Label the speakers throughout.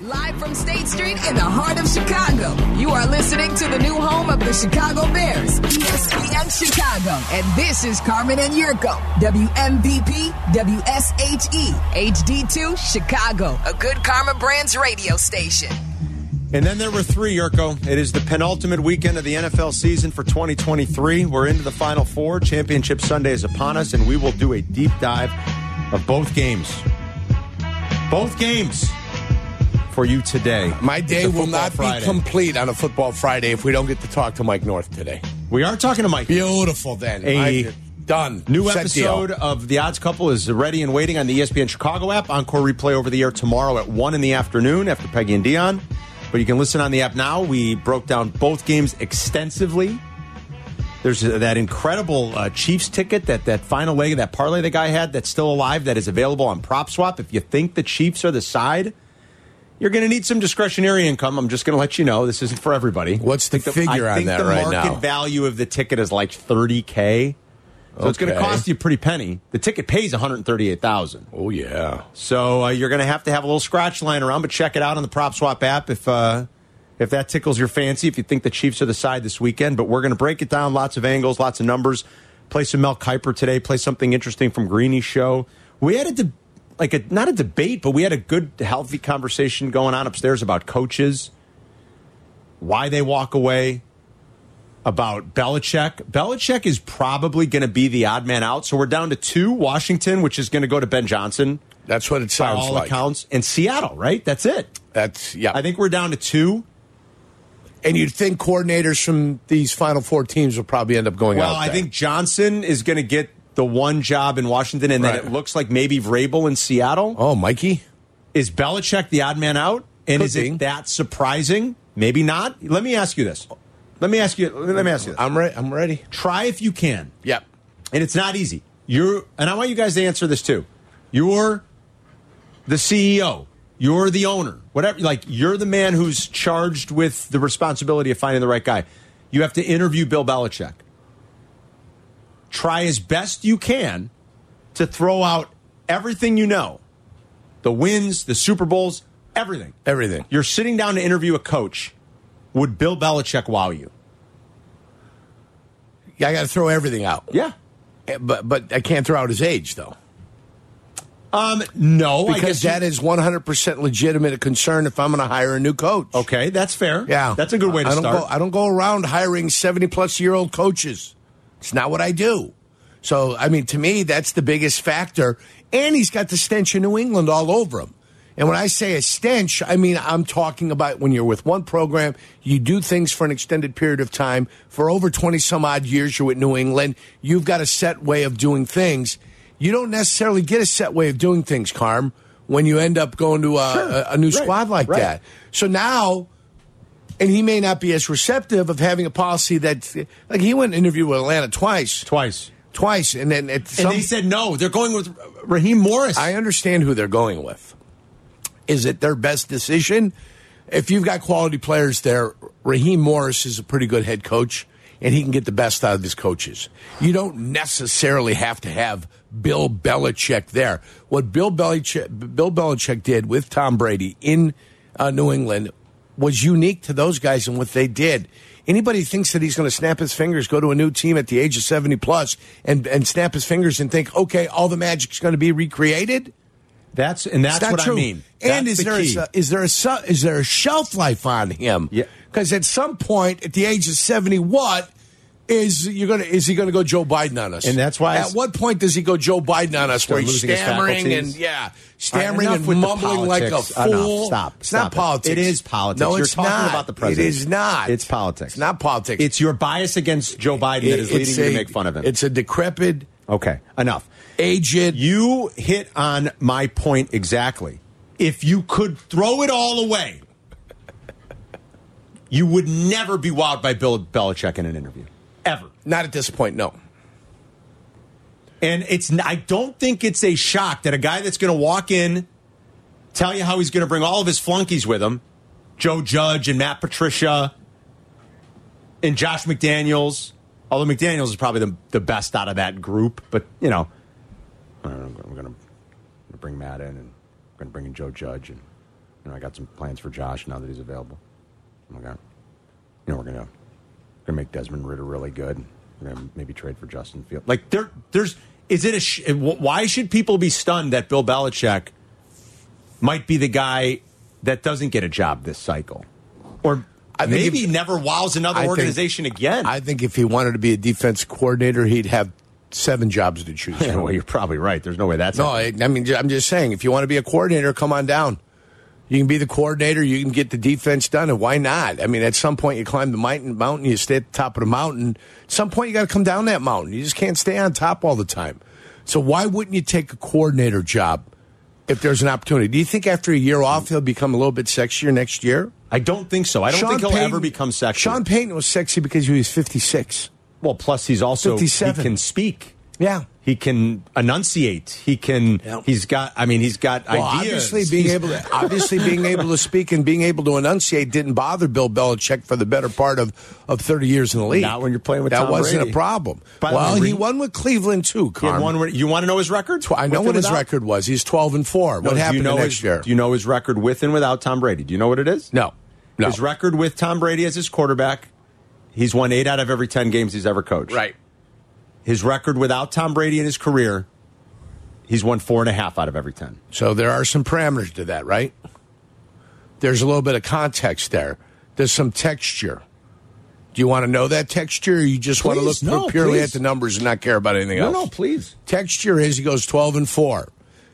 Speaker 1: Live from State Street in the heart of Chicago, you are listening to the new home of the Chicago Bears, E ESPN Chicago. And this is Carmen and Yurko, WMVP, WSHE, HD2, Chicago, a good Karma Brands radio station.
Speaker 2: And then there were three, Yurko. It is the penultimate weekend of the NFL season for 2023. We're into the Final Four. Championship Sunday is upon us, and we will do a deep dive of both games. Both games for you today.
Speaker 3: My day
Speaker 2: It's a
Speaker 3: will
Speaker 2: football
Speaker 3: not
Speaker 2: Friday.
Speaker 3: be complete on a football Friday if we don't get to talk to Mike North today.
Speaker 2: We are talking to Mike.
Speaker 3: Beautiful, then.
Speaker 2: A
Speaker 3: I'm done.
Speaker 2: New
Speaker 3: Set
Speaker 2: episode
Speaker 3: Deal.
Speaker 2: of The Odds Couple is ready and waiting on the E ESPN Chicago app. Encore replay over the air tomorrow at 1 in the afternoon after Peggy and Dion. But you can listen on the app now. We broke down both games extensively. There's uh, that incredible uh, Chiefs ticket, that, that final leg of that parlay the guy had that's still alive that is available on Prop Swap. If you think the Chiefs are the side, you're going to need some discretionary income. I'm just going to let you know this isn't for everybody.
Speaker 3: What's the
Speaker 2: I think
Speaker 3: figure
Speaker 2: I
Speaker 3: on
Speaker 2: think
Speaker 3: that
Speaker 2: the
Speaker 3: right
Speaker 2: market
Speaker 3: now?
Speaker 2: value of the ticket is like 30k. So it's going to
Speaker 3: Okay.
Speaker 2: cost you a pretty penny. The ticket pays 138,000.
Speaker 3: Oh, yeah.
Speaker 2: So uh, you're going to have to have a little scratch line around, but check it out on the Prop Swap app if uh, if that tickles your fancy. If you think the Chiefs are the side this weekend, but we're going to break it down. Lots of angles, lots of numbers. Play some Mel Kiper today. Play something interesting from Greeny's show. We had a de- like a not a debate, but we had a good, healthy conversation going on upstairs about coaches, why they walk away, about Belichick. Belichick is probably going to be the odd man out. So we're down to two Washington, which is going to go to Ben Johnson
Speaker 3: That's what it
Speaker 2: by
Speaker 3: sounds
Speaker 2: all
Speaker 3: like.
Speaker 2: accounts, and Seattle, right? That's it.
Speaker 3: That's, yeah.
Speaker 2: I think we're down to two.
Speaker 3: and you'd think coordinators from these Final Four teams will probably end up going
Speaker 2: Well,
Speaker 3: out.
Speaker 2: I
Speaker 3: there.
Speaker 2: think Johnson is going to get the one job in Washington, and then
Speaker 3: Right.
Speaker 2: it looks like maybe Vrabel in Seattle.
Speaker 3: Oh, Mikey?
Speaker 2: Is Belichick the odd man out? And
Speaker 3: Could
Speaker 2: is
Speaker 3: be.
Speaker 2: it that surprising? Maybe not. Let me ask you this. Let me ask you. Let me ask you. This.
Speaker 3: I'm, re- I'm ready.
Speaker 2: Try if you can.
Speaker 3: Yep.
Speaker 2: and it's not easy. You're, and I want you guys to answer this too. You're the CEO. You're the owner. Whatever, like you're the man who's charged with the responsibility of finding the right guy. You have to interview Bill Belichick. Try as best you can to throw out everything you know, the wins, the Super Bowls, everything.
Speaker 3: Everything.
Speaker 2: You're sitting down to interview a coach. Would Bill Belichick wow you?
Speaker 3: Yeah, I got to throw everything out.
Speaker 2: Yeah.
Speaker 3: Eh, But, but I can't throw out his age, though.
Speaker 2: Um. No, I
Speaker 3: Because
Speaker 2: guess you-
Speaker 3: that is 100% legitimate concern if I'm going to hire a new coach.
Speaker 2: Okay, that's fair.
Speaker 3: Yeah,
Speaker 2: that's a good way to
Speaker 3: I don't
Speaker 2: start.
Speaker 3: Go, I don't go around hiring seventy-plus-year-old coaches. It's not what I do. So, I mean, to me, that's the biggest factor. And he's got the stench of New England all over him. And when I say a stench, I mean I'm talking about when you're with one program, you do things for an extended period of time. For over twenty some odd years, you're with New England. You've got a set way of doing things. You don't necessarily get a set way of doing things, Carm, when you end up going to a, a, a new
Speaker 2: Right.
Speaker 3: squad like
Speaker 2: Right.
Speaker 3: that. So now and he may not be as receptive of having a policy that like he went and interviewed with Atlanta twice,
Speaker 2: twice.
Speaker 3: twice, and then at some,
Speaker 2: and they said no. They're going with Raheem Morris.
Speaker 3: I understand who they're going with. Is it their best decision? If you've got quality players there, Raheem Morris is a pretty good head coach, and he can get the best out of his coaches. You don't necessarily have to have Bill Belichick there. What Bill Belichick, Bill Belichick did with Tom Brady in uh, New England was unique to those guys and what they did. Anybody who thinks that he's going to snap his fingers, go to a new team at the age of 70 plus and, and snap his fingers and think, okay, all the magic's going to be recreated?
Speaker 2: that's and that's
Speaker 3: It's not
Speaker 2: what
Speaker 3: true.
Speaker 2: I mean.
Speaker 3: And is
Speaker 2: That's the
Speaker 3: there, a, uh,
Speaker 2: key.
Speaker 3: su- is there a su- is there a shelf life on him?
Speaker 2: Yeah.
Speaker 3: Because at some point, at the age of seventy, what is you gonna is he gonna go Joe Biden on us?
Speaker 2: And that's why
Speaker 3: At
Speaker 2: it's-
Speaker 3: what point does he go Joe Biden on us? Where he's
Speaker 2: losing his
Speaker 3: stammering
Speaker 2: faculties.
Speaker 3: and yeah, stammering
Speaker 2: enough
Speaker 3: and
Speaker 2: with the
Speaker 3: mumbling like a
Speaker 2: politics.
Speaker 3: fool.
Speaker 2: Enough. Stop.
Speaker 3: It's
Speaker 2: Stop
Speaker 3: not
Speaker 2: it.
Speaker 3: politics.
Speaker 2: It is politics.
Speaker 3: No,
Speaker 2: You're
Speaker 3: it's
Speaker 2: talking
Speaker 3: not.
Speaker 2: about the president.
Speaker 3: It is not.
Speaker 2: It's politics.
Speaker 3: It's not politics.
Speaker 2: It's your bias against Joe Biden that is
Speaker 3: It-
Speaker 2: leading
Speaker 3: it's
Speaker 2: you to
Speaker 3: a-
Speaker 2: make fun of him.
Speaker 3: It's a decrepit,
Speaker 2: okay, enough.
Speaker 3: aged.
Speaker 2: You hit on my point exactly. If you could throw it all away, you would never be wowed by Bill Belichick in an interview, ever.
Speaker 3: not at this point. No.
Speaker 2: And it's I don't think it's a shock that a guy that's going to walk in, tell you how he's going to bring all of his flunkies with him, Joe Judge and Matt Patricia and Josh McDaniels. Although McDaniels is probably the, the best out of that group, but you know, I don't know, we're going to bring Matt in and we're going to bring in Joe Judge and
Speaker 4: you know, I got some plans for Josh now that he's available. I'm gonna, you know, we're gonna gonna make Desmond Ritter really good. We're gonna maybe trade for Justin Field. Like,
Speaker 2: Like there, there's is it a sh- why should people be stunned that Bill Belichick might be the guy that doesn't get a job this cycle, or
Speaker 3: I think
Speaker 2: maybe
Speaker 3: if-
Speaker 2: never wows another
Speaker 3: I think-
Speaker 2: organization again?
Speaker 3: I think if he wanted to be a defense coordinator, he'd have seven jobs to choose
Speaker 2: Yeah,
Speaker 3: from.
Speaker 2: well, you're probably right. There's no way that's
Speaker 3: No, I, I mean, ju- I'm just saying, if you want to be a coordinator, come on down. You can be the coordinator. You can get the defense done, and why not? I mean, at some point you climb the mountain, mountain you stay at the top of the mountain. At some point you got to come down that mountain. You just can't stay on top all the time. So why wouldn't you take a coordinator job if there's an opportunity? Do you think after a year off he'll become a little bit sexier next year?
Speaker 2: I don't think so. I don't
Speaker 3: Sean
Speaker 2: think he'll
Speaker 3: Payton-
Speaker 2: ever become sexy.
Speaker 3: Sean Payton was sexy because he was 56.
Speaker 2: well, plus he's also
Speaker 3: 57.
Speaker 2: he can speak.
Speaker 3: Yeah.
Speaker 2: He can enunciate. He can.
Speaker 3: Yeah.
Speaker 2: He's got. I mean, he's got
Speaker 3: Well,
Speaker 2: ideas.
Speaker 3: obviously being
Speaker 2: He's-
Speaker 3: able to obviously being able to speak and being able to enunciate didn't bother Bill Belichick for the better part of, of thirty years in the league.
Speaker 2: Not when you're playing with
Speaker 3: that
Speaker 2: Tom
Speaker 3: wasn't
Speaker 2: Brady.
Speaker 3: a problem.
Speaker 2: By the
Speaker 3: well,
Speaker 2: way,
Speaker 3: he
Speaker 2: Reed-
Speaker 3: won with Cleveland too.
Speaker 2: He had
Speaker 3: Carm.
Speaker 2: one where- you want to know his record?
Speaker 3: I know
Speaker 2: With
Speaker 3: what
Speaker 2: and
Speaker 3: his
Speaker 2: without?
Speaker 3: record was. He's twelve and four.
Speaker 2: No,
Speaker 3: what
Speaker 2: do
Speaker 3: happened
Speaker 2: you know
Speaker 3: the next
Speaker 2: his,
Speaker 3: year?
Speaker 2: Do you know his record with and without Tom Brady? Do you know what it is?
Speaker 3: no, no.
Speaker 2: His record with Tom Brady as his quarterback, he's won eight out of every 10 games he's ever coached.
Speaker 3: Right.
Speaker 2: His record without Tom Brady in his career, he's won four and a half out of every 10.
Speaker 3: So there are some parameters to that, right? There's a little bit of context there. There's some texture. Do you want to know that texture, or you just want to look
Speaker 2: Please, no,
Speaker 3: purely
Speaker 2: please.
Speaker 3: at the numbers and not care about anything else?
Speaker 2: please.
Speaker 3: Texture is he goes 12 and 4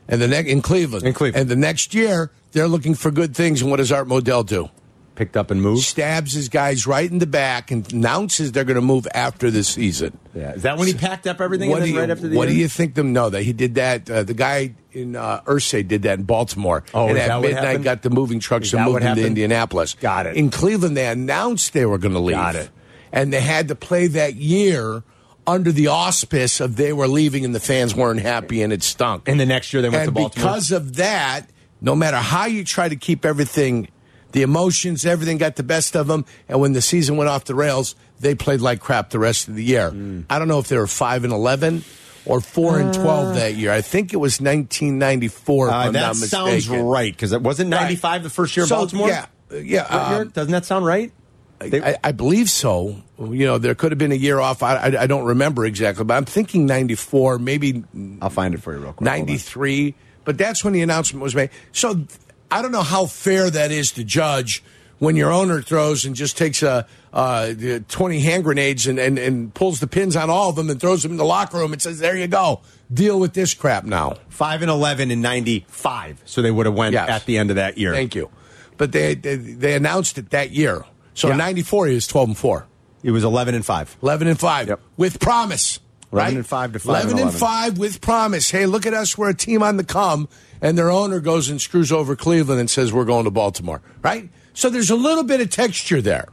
Speaker 3: and the next in Cleveland.
Speaker 2: In Cleveland.
Speaker 3: And the next year they're looking for good things and what does Art Modell do?
Speaker 2: Picked up and moved.
Speaker 3: Stabs his guys right in the back and announces they're going to move after the season.
Speaker 2: Yeah. Is that when he packed up everything
Speaker 3: What,
Speaker 2: and
Speaker 3: do
Speaker 2: then
Speaker 3: you,
Speaker 2: right after the
Speaker 3: what do
Speaker 2: end?
Speaker 3: you think them know that he did that? Uh, the guy in uh, Ursay did that in Baltimore.
Speaker 2: Oh,
Speaker 3: and
Speaker 2: is
Speaker 3: at
Speaker 2: that what
Speaker 3: midnight
Speaker 2: happened?
Speaker 3: got the moving trucks
Speaker 2: Is
Speaker 3: and
Speaker 2: that
Speaker 3: moved
Speaker 2: what
Speaker 3: them to
Speaker 2: happened?
Speaker 3: Indianapolis.
Speaker 2: Got it.
Speaker 3: In Cleveland, they announced they were going to leave.
Speaker 2: Got it.
Speaker 3: And they had to play that year under the auspice of they were leaving and the fans weren't happy and it stunk.
Speaker 2: And the next year they went
Speaker 3: and
Speaker 2: to Baltimore.
Speaker 3: because of that, no matter how you try to keep everything, the emotions, everything got the best of them. And when the season went off the rails, they played like crap the rest of the year.
Speaker 2: Mm.
Speaker 3: I don't know if they were five and eleven or four and twelve that year. I think it was nineteen ninety four.
Speaker 2: Uh,
Speaker 3: I'm
Speaker 2: that
Speaker 3: not
Speaker 2: sounds
Speaker 3: mistaken.
Speaker 2: right because it wasn't 95 the first year in
Speaker 3: So,
Speaker 2: Baltimore.
Speaker 3: Yeah, yeah.
Speaker 2: What year?
Speaker 3: um,
Speaker 2: Doesn't that sound right? They-
Speaker 3: I, I believe so. You know, there could have been a year off. I, I, I don't remember exactly, but I'm thinking 94, maybe
Speaker 4: I'll find it for you real quick. Hold on.
Speaker 3: 93. But that's when the announcement was made. So th- I don't know how fair that is to judge when your owner throws and just takes a, uh, the 20 hand grenades and, and, and pulls the pins on all of them and throws them in the locker room and says, there you go. Deal with this crap now.
Speaker 2: Five and eleven in '95, so they would have went
Speaker 3: Yes.
Speaker 2: at the end of that year.
Speaker 3: Thank you. But they, they, they announced it that year. So
Speaker 2: Yeah.
Speaker 3: 94 is 12 and 4.
Speaker 2: It was eleven and five.
Speaker 3: 11 and 5
Speaker 4: Yep.
Speaker 3: with promise.
Speaker 4: 11
Speaker 3: right?
Speaker 4: and five to five
Speaker 3: 11
Speaker 4: and
Speaker 3: and
Speaker 4: 11.
Speaker 3: 5 with promise. Hey, look at us. We're a team on the come. And their owner goes and screws over Cleveland and says, We're going to Baltimore. Right? So there's a little bit of texture there.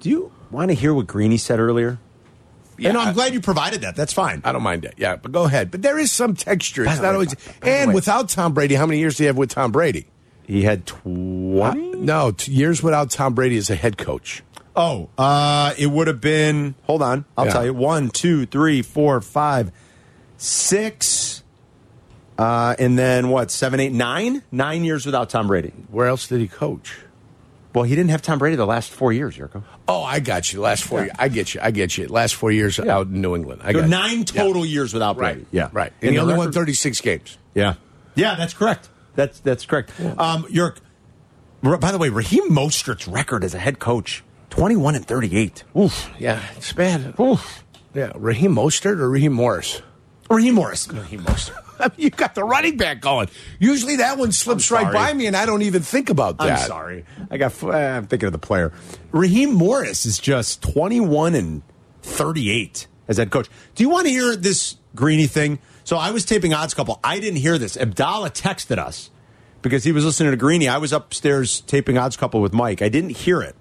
Speaker 2: Do you want to hear what Greeny said earlier?
Speaker 3: Yeah,
Speaker 2: and
Speaker 3: I-
Speaker 2: I'm glad you provided that. That's fine.
Speaker 3: I don't mind that. Yeah, but go ahead. But there is some texture. It's
Speaker 4: the
Speaker 3: not
Speaker 4: way,
Speaker 3: always.
Speaker 4: by- by the
Speaker 3: And
Speaker 4: way-
Speaker 3: without Tom Brady, how many years do you have with Tom Brady?
Speaker 2: He had twenty.
Speaker 3: Uh, No, t- years without Tom Brady as a head coach.
Speaker 2: Oh, uh, it would have been.
Speaker 4: Hold on. I'll
Speaker 3: Yeah.
Speaker 4: tell you. One, two, three, four, five, six, uh, and then what? Seven, eight, nine. Nine years without Tom Brady.
Speaker 3: Where else did he coach?
Speaker 4: Well, he didn't have Tom Brady the last four years, Yurko.
Speaker 3: Oh, I got you. Last four years. I get you. I get you. Last four years out in New England. I
Speaker 2: So
Speaker 3: got you.
Speaker 2: nine total years without Brady.
Speaker 3: Right.
Speaker 2: Yeah.
Speaker 3: Right. And, he
Speaker 2: the
Speaker 3: only won
Speaker 2: record-
Speaker 3: 36 games.
Speaker 2: Yeah. Yeah, that's correct. That's that's correct. Um, Yurk. r- By the way, Raheem Mostert's record as a head coach: twenty-one and thirty-eight. Oof.
Speaker 3: Yeah, it's bad.
Speaker 2: Oof.
Speaker 3: Yeah, Raheem Mostert or Raheem Morris?
Speaker 2: Raheem Morris.
Speaker 3: Raheem Mostert. you got the running back going. Usually that one slips right
Speaker 4: sorry.
Speaker 3: by me, and I don't even think about
Speaker 4: I'm
Speaker 3: that.
Speaker 4: sorry. I got. f- uh,
Speaker 2: eh,
Speaker 4: I'm thinking of the player. Raheem Morris is just 21 and
Speaker 2: 38 as head coach. Do you want to hear this Greeny thing? So I was taping Odds Couple. I didn't hear this. Abdallah texted us because he was listening to Greeny. I was upstairs taping Odds Couple with Mike. I didn't hear it,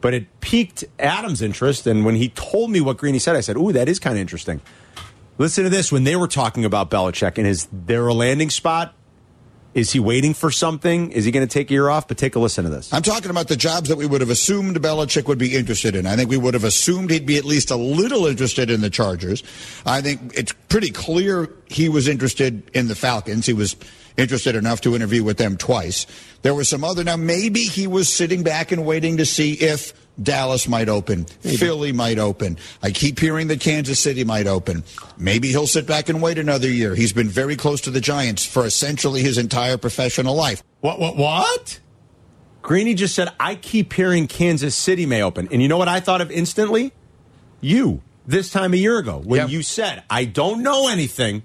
Speaker 2: but it piqued Adam's interest. And when he told me what Greeny said, I said, "Ooh, that is kind of interesting." Listen to this when they were talking about Belichick and his their landing spot Is he waiting for something? Is he going to take a year off? But take a listen to this.
Speaker 5: I'm talking about the jobs that we would have assumed Belichick would be interested in. I think we would have assumed he'd be at least a little interested in the Chargers. I think it's pretty clear he was interested in the Falcons. He was interested enough to interview with them twice. There was some other. Now, maybe he was sitting back and waiting to see if Dallas might open, Philly might open. I keep hearing that Kansas City might open. Maybe he'll sit back and wait another year. He's been very close to the Giants for essentially his entire professional life.
Speaker 2: What? What? What? Greeny just said, "I keep hearing Kansas City may open," and you know what I thought of instantly? You this time a year ago when
Speaker 3: Yep.
Speaker 2: you said, "I don't know anything,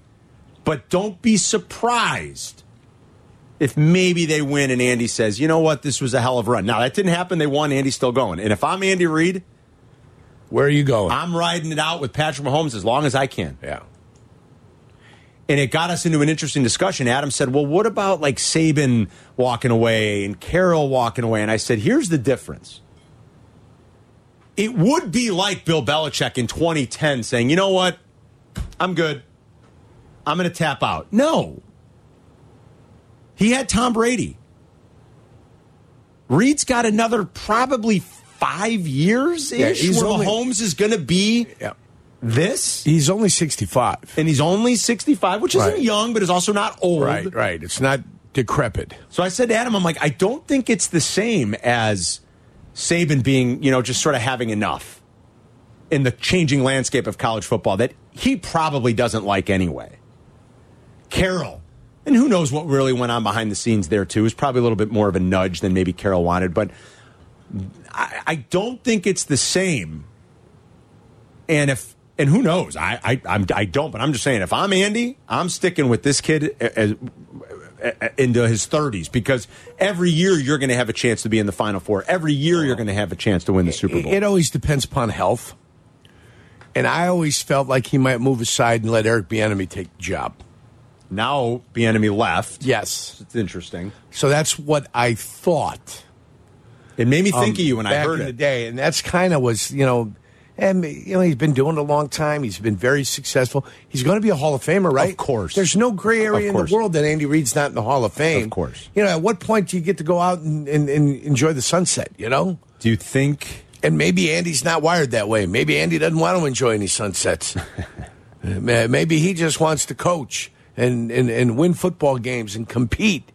Speaker 2: but don't be surprised." If maybe they win and Andy says, you know what, this was a hell of a run. Now, that didn't happen. They won. Andy's still going. And if I'm Andy Reid,
Speaker 3: Where are you going?
Speaker 2: I'm riding it out with Patrick Mahomes as long as I can.
Speaker 3: yeah.
Speaker 2: and it got us into an interesting discussion. Adam said, "Well, what about like Saban walking away and Carroll walking away?" And I said, "Here's the difference. It would be like Bill Belichick in 2010 saying, "You know what? I'm good. I'm going to tap out." No. He had Tom Brady. Reed's got another probably 5 years
Speaker 3: Yeah,
Speaker 2: ish
Speaker 3: he's
Speaker 2: where
Speaker 3: only-
Speaker 2: Mahomes is going to be
Speaker 3: Yeah.
Speaker 2: this
Speaker 3: He's only 65.
Speaker 2: and he's only 65, which isn't
Speaker 3: Right.
Speaker 2: young, but is also not old.
Speaker 3: Right, right. It's not decrepit.
Speaker 2: So I said to Adam, I'm like, I don't think it's the same as Saban being, you know, just sort of having enough in the changing landscape of college football that he probably doesn't like anyway. Carroll, and who knows what really went on behind the scenes there too, is probably a little bit more of a nudge than maybe Carroll wanted, but I, I don't think it's the same. And if and who knows? I I I'm, I don't, but I'm just saying if I'm Andy, I'm sticking with this kid uh, as, uh, into his 30s because every year you're going to have a chance to be in the final four. Every year you're going to have a chance to win the Super Bowl.
Speaker 3: It always depends upon health. And I always felt like he might move aside and let Eric Bieniemy take the job.
Speaker 2: now the enemy left.
Speaker 3: Yes.
Speaker 2: It's interesting.
Speaker 3: So that's what I thought.
Speaker 2: It made me think
Speaker 3: um,
Speaker 2: of you when I
Speaker 3: back
Speaker 2: heard
Speaker 3: in the
Speaker 2: it.
Speaker 3: day, and that's kind of was you know, and you know he's been doing it a long time. He's been very successful. He's going to be a Hall of Famer, right?
Speaker 2: Of course.
Speaker 3: There's no gray area in the
Speaker 2: course.
Speaker 3: world that Andy Reid's not in the Hall of Fame.
Speaker 2: Of course.
Speaker 3: You know, at what point do you get to go out and, and, and enjoy the sunset? You know.
Speaker 2: Do you think
Speaker 3: And maybe Andy's not wired that way. Maybe Andy doesn't want to enjoy any sunsets. Ma- maybe he just wants to coach and, and, and win football games and compete.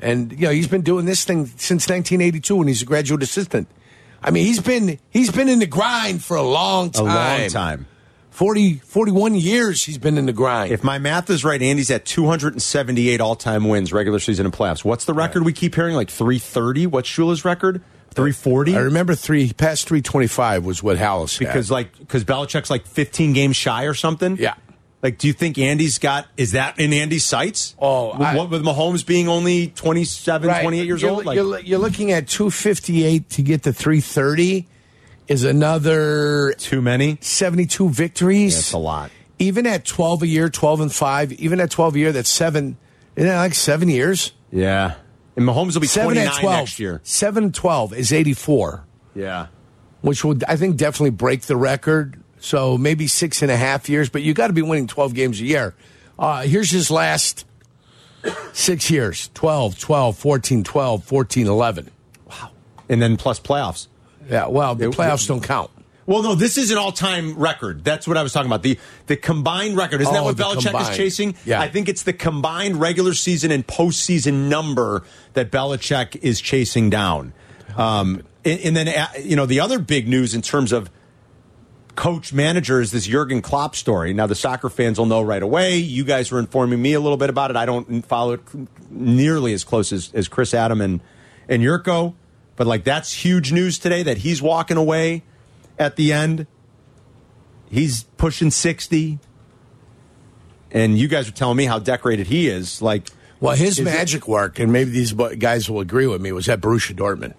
Speaker 3: And you know, he's been doing this thing since 1982 when he's a graduate assistant. I mean, he's been he's been in the grind for a long
Speaker 2: a
Speaker 3: time.
Speaker 2: long time?
Speaker 3: 40 41 years he's been in the grind.
Speaker 2: If my math is right, Andy's at 278 all time wins, regular season and playoffs. What's the record we keep hearing? Like 330? What's Shula's record? 340?
Speaker 3: Uh, I remember 3 past 325 was what Hallis had.
Speaker 2: because like because Belichick's like 15 games shy or something.
Speaker 3: Yeah.
Speaker 2: Like, do you think Andy's got? Is that in Andy's sights?
Speaker 3: Oh,
Speaker 2: with,
Speaker 3: I-
Speaker 2: what, with Mahomes being only 27, 28 years
Speaker 3: you're,
Speaker 2: old. Like,
Speaker 3: you're, you're looking at 258 to get to 330 is another
Speaker 2: too many.
Speaker 3: 72 victories.
Speaker 2: That's a lot.
Speaker 3: Even at 12 a year, 12 and 5, even at 12 a year, that's seven. Isn't that like seven years?
Speaker 2: Yeah, and Mahomes will be
Speaker 3: Seven
Speaker 2: 29
Speaker 3: at 12.
Speaker 2: next year.
Speaker 3: Seven and 12 is 84,
Speaker 2: Yeah,
Speaker 3: which would, I think, definitely break the record. So maybe six and a half years, but you got to be winning 12 games a year. Uh, here's his last six years 12, 12, 14, 12, 14, 11.
Speaker 2: and then plus playoffs.
Speaker 3: Yeah, well, the
Speaker 2: It-
Speaker 3: playoffs don't count.
Speaker 2: Well, no, this is an all-time record. That's what I was talking about. the The combined record isn't that
Speaker 3: Oh,
Speaker 2: what
Speaker 3: the
Speaker 2: Belichick is
Speaker 3: combined.
Speaker 2: chasing?
Speaker 3: Yeah.
Speaker 2: I think it's the combined regular season and postseason number that Belichick is chasing down. Um, and, and then uh, you know the other big news in terms of coach manager is this Jurgen Klopp story. Now the soccer fans will know right away. You guys were informing me a little bit about it. I don't follow it nearly as close as, as Chris Adam and and Yurko, but like that's huge news today that he's walking away at the end. He's pushing sixty, and you guys were telling me how decorated he is. Like
Speaker 3: Well, his
Speaker 2: it-
Speaker 3: magic work, and maybe these bu- guys will agree with me, was at Borussia Dortmund.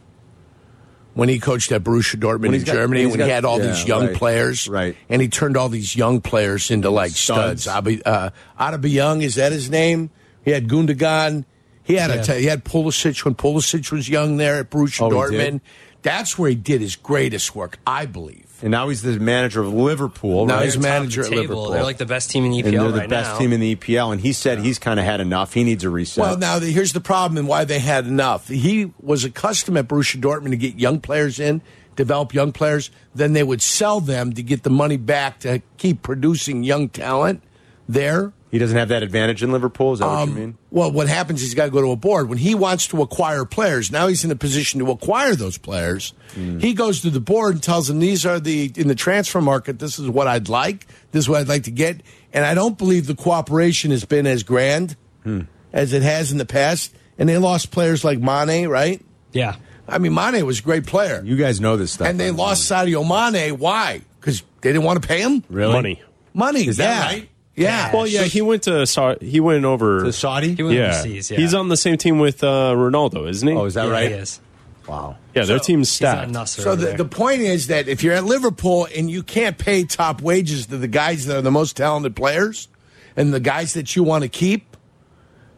Speaker 3: When he coached at Borussia Dortmund in
Speaker 2: he's got-
Speaker 3: Germany,
Speaker 2: he's
Speaker 3: when he
Speaker 2: got-
Speaker 3: had all
Speaker 2: yeah,
Speaker 3: these young
Speaker 2: right,
Speaker 3: players,
Speaker 2: right.
Speaker 3: and he turned all these young players into like
Speaker 2: Studs.
Speaker 3: studs. Abi, uh, Adabi Young is that his name? He had Gundogan. He had a t- he had Pulisic when Pulisic was young there at Borussia
Speaker 2: Oh, he did?
Speaker 3: Dortmund. That's where he did his greatest work, I believe.
Speaker 2: And now he's the manager of Liverpool.
Speaker 3: Now
Speaker 2: right?
Speaker 3: he's
Speaker 2: And
Speaker 6: Top of
Speaker 3: manager
Speaker 6: the
Speaker 3: at
Speaker 6: table.
Speaker 3: Liverpool.
Speaker 6: They're like the best team in
Speaker 7: E
Speaker 6: EPL
Speaker 2: they're the
Speaker 6: right
Speaker 2: best
Speaker 6: now.
Speaker 2: team in the EPL. And he said he's kind of had enough. He needs a reset.
Speaker 3: Well, now the, here's the problem and why they had enough. He was accustomed at Borussia Dortmund to get young players in, develop young players, then they would sell them to get the money back to keep producing young talent there.
Speaker 2: he doesn't have that advantage in Liverpool. Is that
Speaker 3: Um,
Speaker 2: what you mean?
Speaker 3: Well, what happens is he's got to go to a board. When he wants to acquire players, now he's in a position to acquire those players.
Speaker 2: Mm.
Speaker 3: He goes to the board and tells them, These are the, in the transfer market, this is what I'd like. This is what I'd like to get. And I don't believe the cooperation has been as grand
Speaker 2: Hmm.
Speaker 3: as it has in the past. And they lost players like Mane, right?
Speaker 6: Yeah.
Speaker 3: I mean, Mane was a great player.
Speaker 2: You guys know this stuff.
Speaker 3: and they lost Sadio Mane. Why? Because they didn't want to pay him?
Speaker 2: Really?
Speaker 8: Money.
Speaker 3: Money.
Speaker 2: Is that
Speaker 3: yeah.
Speaker 2: right?
Speaker 3: Yeah.
Speaker 8: Well, yeah, he went to Sau- he went over
Speaker 2: the Saudi.
Speaker 6: He went
Speaker 8: yeah.
Speaker 6: overseas. Yeah.
Speaker 8: he's on the same team with uh, Ronaldo, isn't he?
Speaker 2: oh, is that
Speaker 6: yeah,
Speaker 2: right?
Speaker 6: He is.
Speaker 4: Wow.
Speaker 8: yeah, their team's stacked.
Speaker 6: He's on Nasser
Speaker 3: So
Speaker 6: over
Speaker 3: the,
Speaker 6: there.
Speaker 3: the point is that if you're at Liverpool and you can't pay top wages to the guys that are the most talented players and the guys that you want to keep,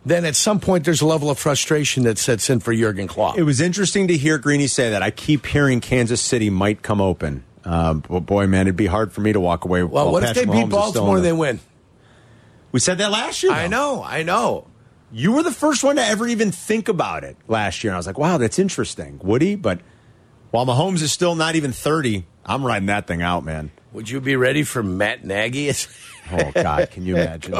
Speaker 3: then at some point there's a level of frustration that sets in for Jurgen Klopp.
Speaker 2: It was interesting to hear Greeny say that. I keep hearing Kansas City might come open. Um, but boy, man, it'd be hard for me to walk away.
Speaker 3: well,
Speaker 2: while
Speaker 3: what if
Speaker 2: Patrick
Speaker 3: they beat
Speaker 2: Mahomes is still
Speaker 3: Baltimore
Speaker 2: in
Speaker 3: and
Speaker 2: the-
Speaker 3: they win?
Speaker 2: We said that last year.
Speaker 3: I
Speaker 2: though.
Speaker 3: know, I know.
Speaker 2: You were the first one to ever even think about it last year. And I was like, wow, that's interesting, Woody. But while Mahomes is still not even 30, I'm riding that thing out, man.
Speaker 3: Would you be ready for Matt Nagy? as-
Speaker 2: Oh, God, can you imagine?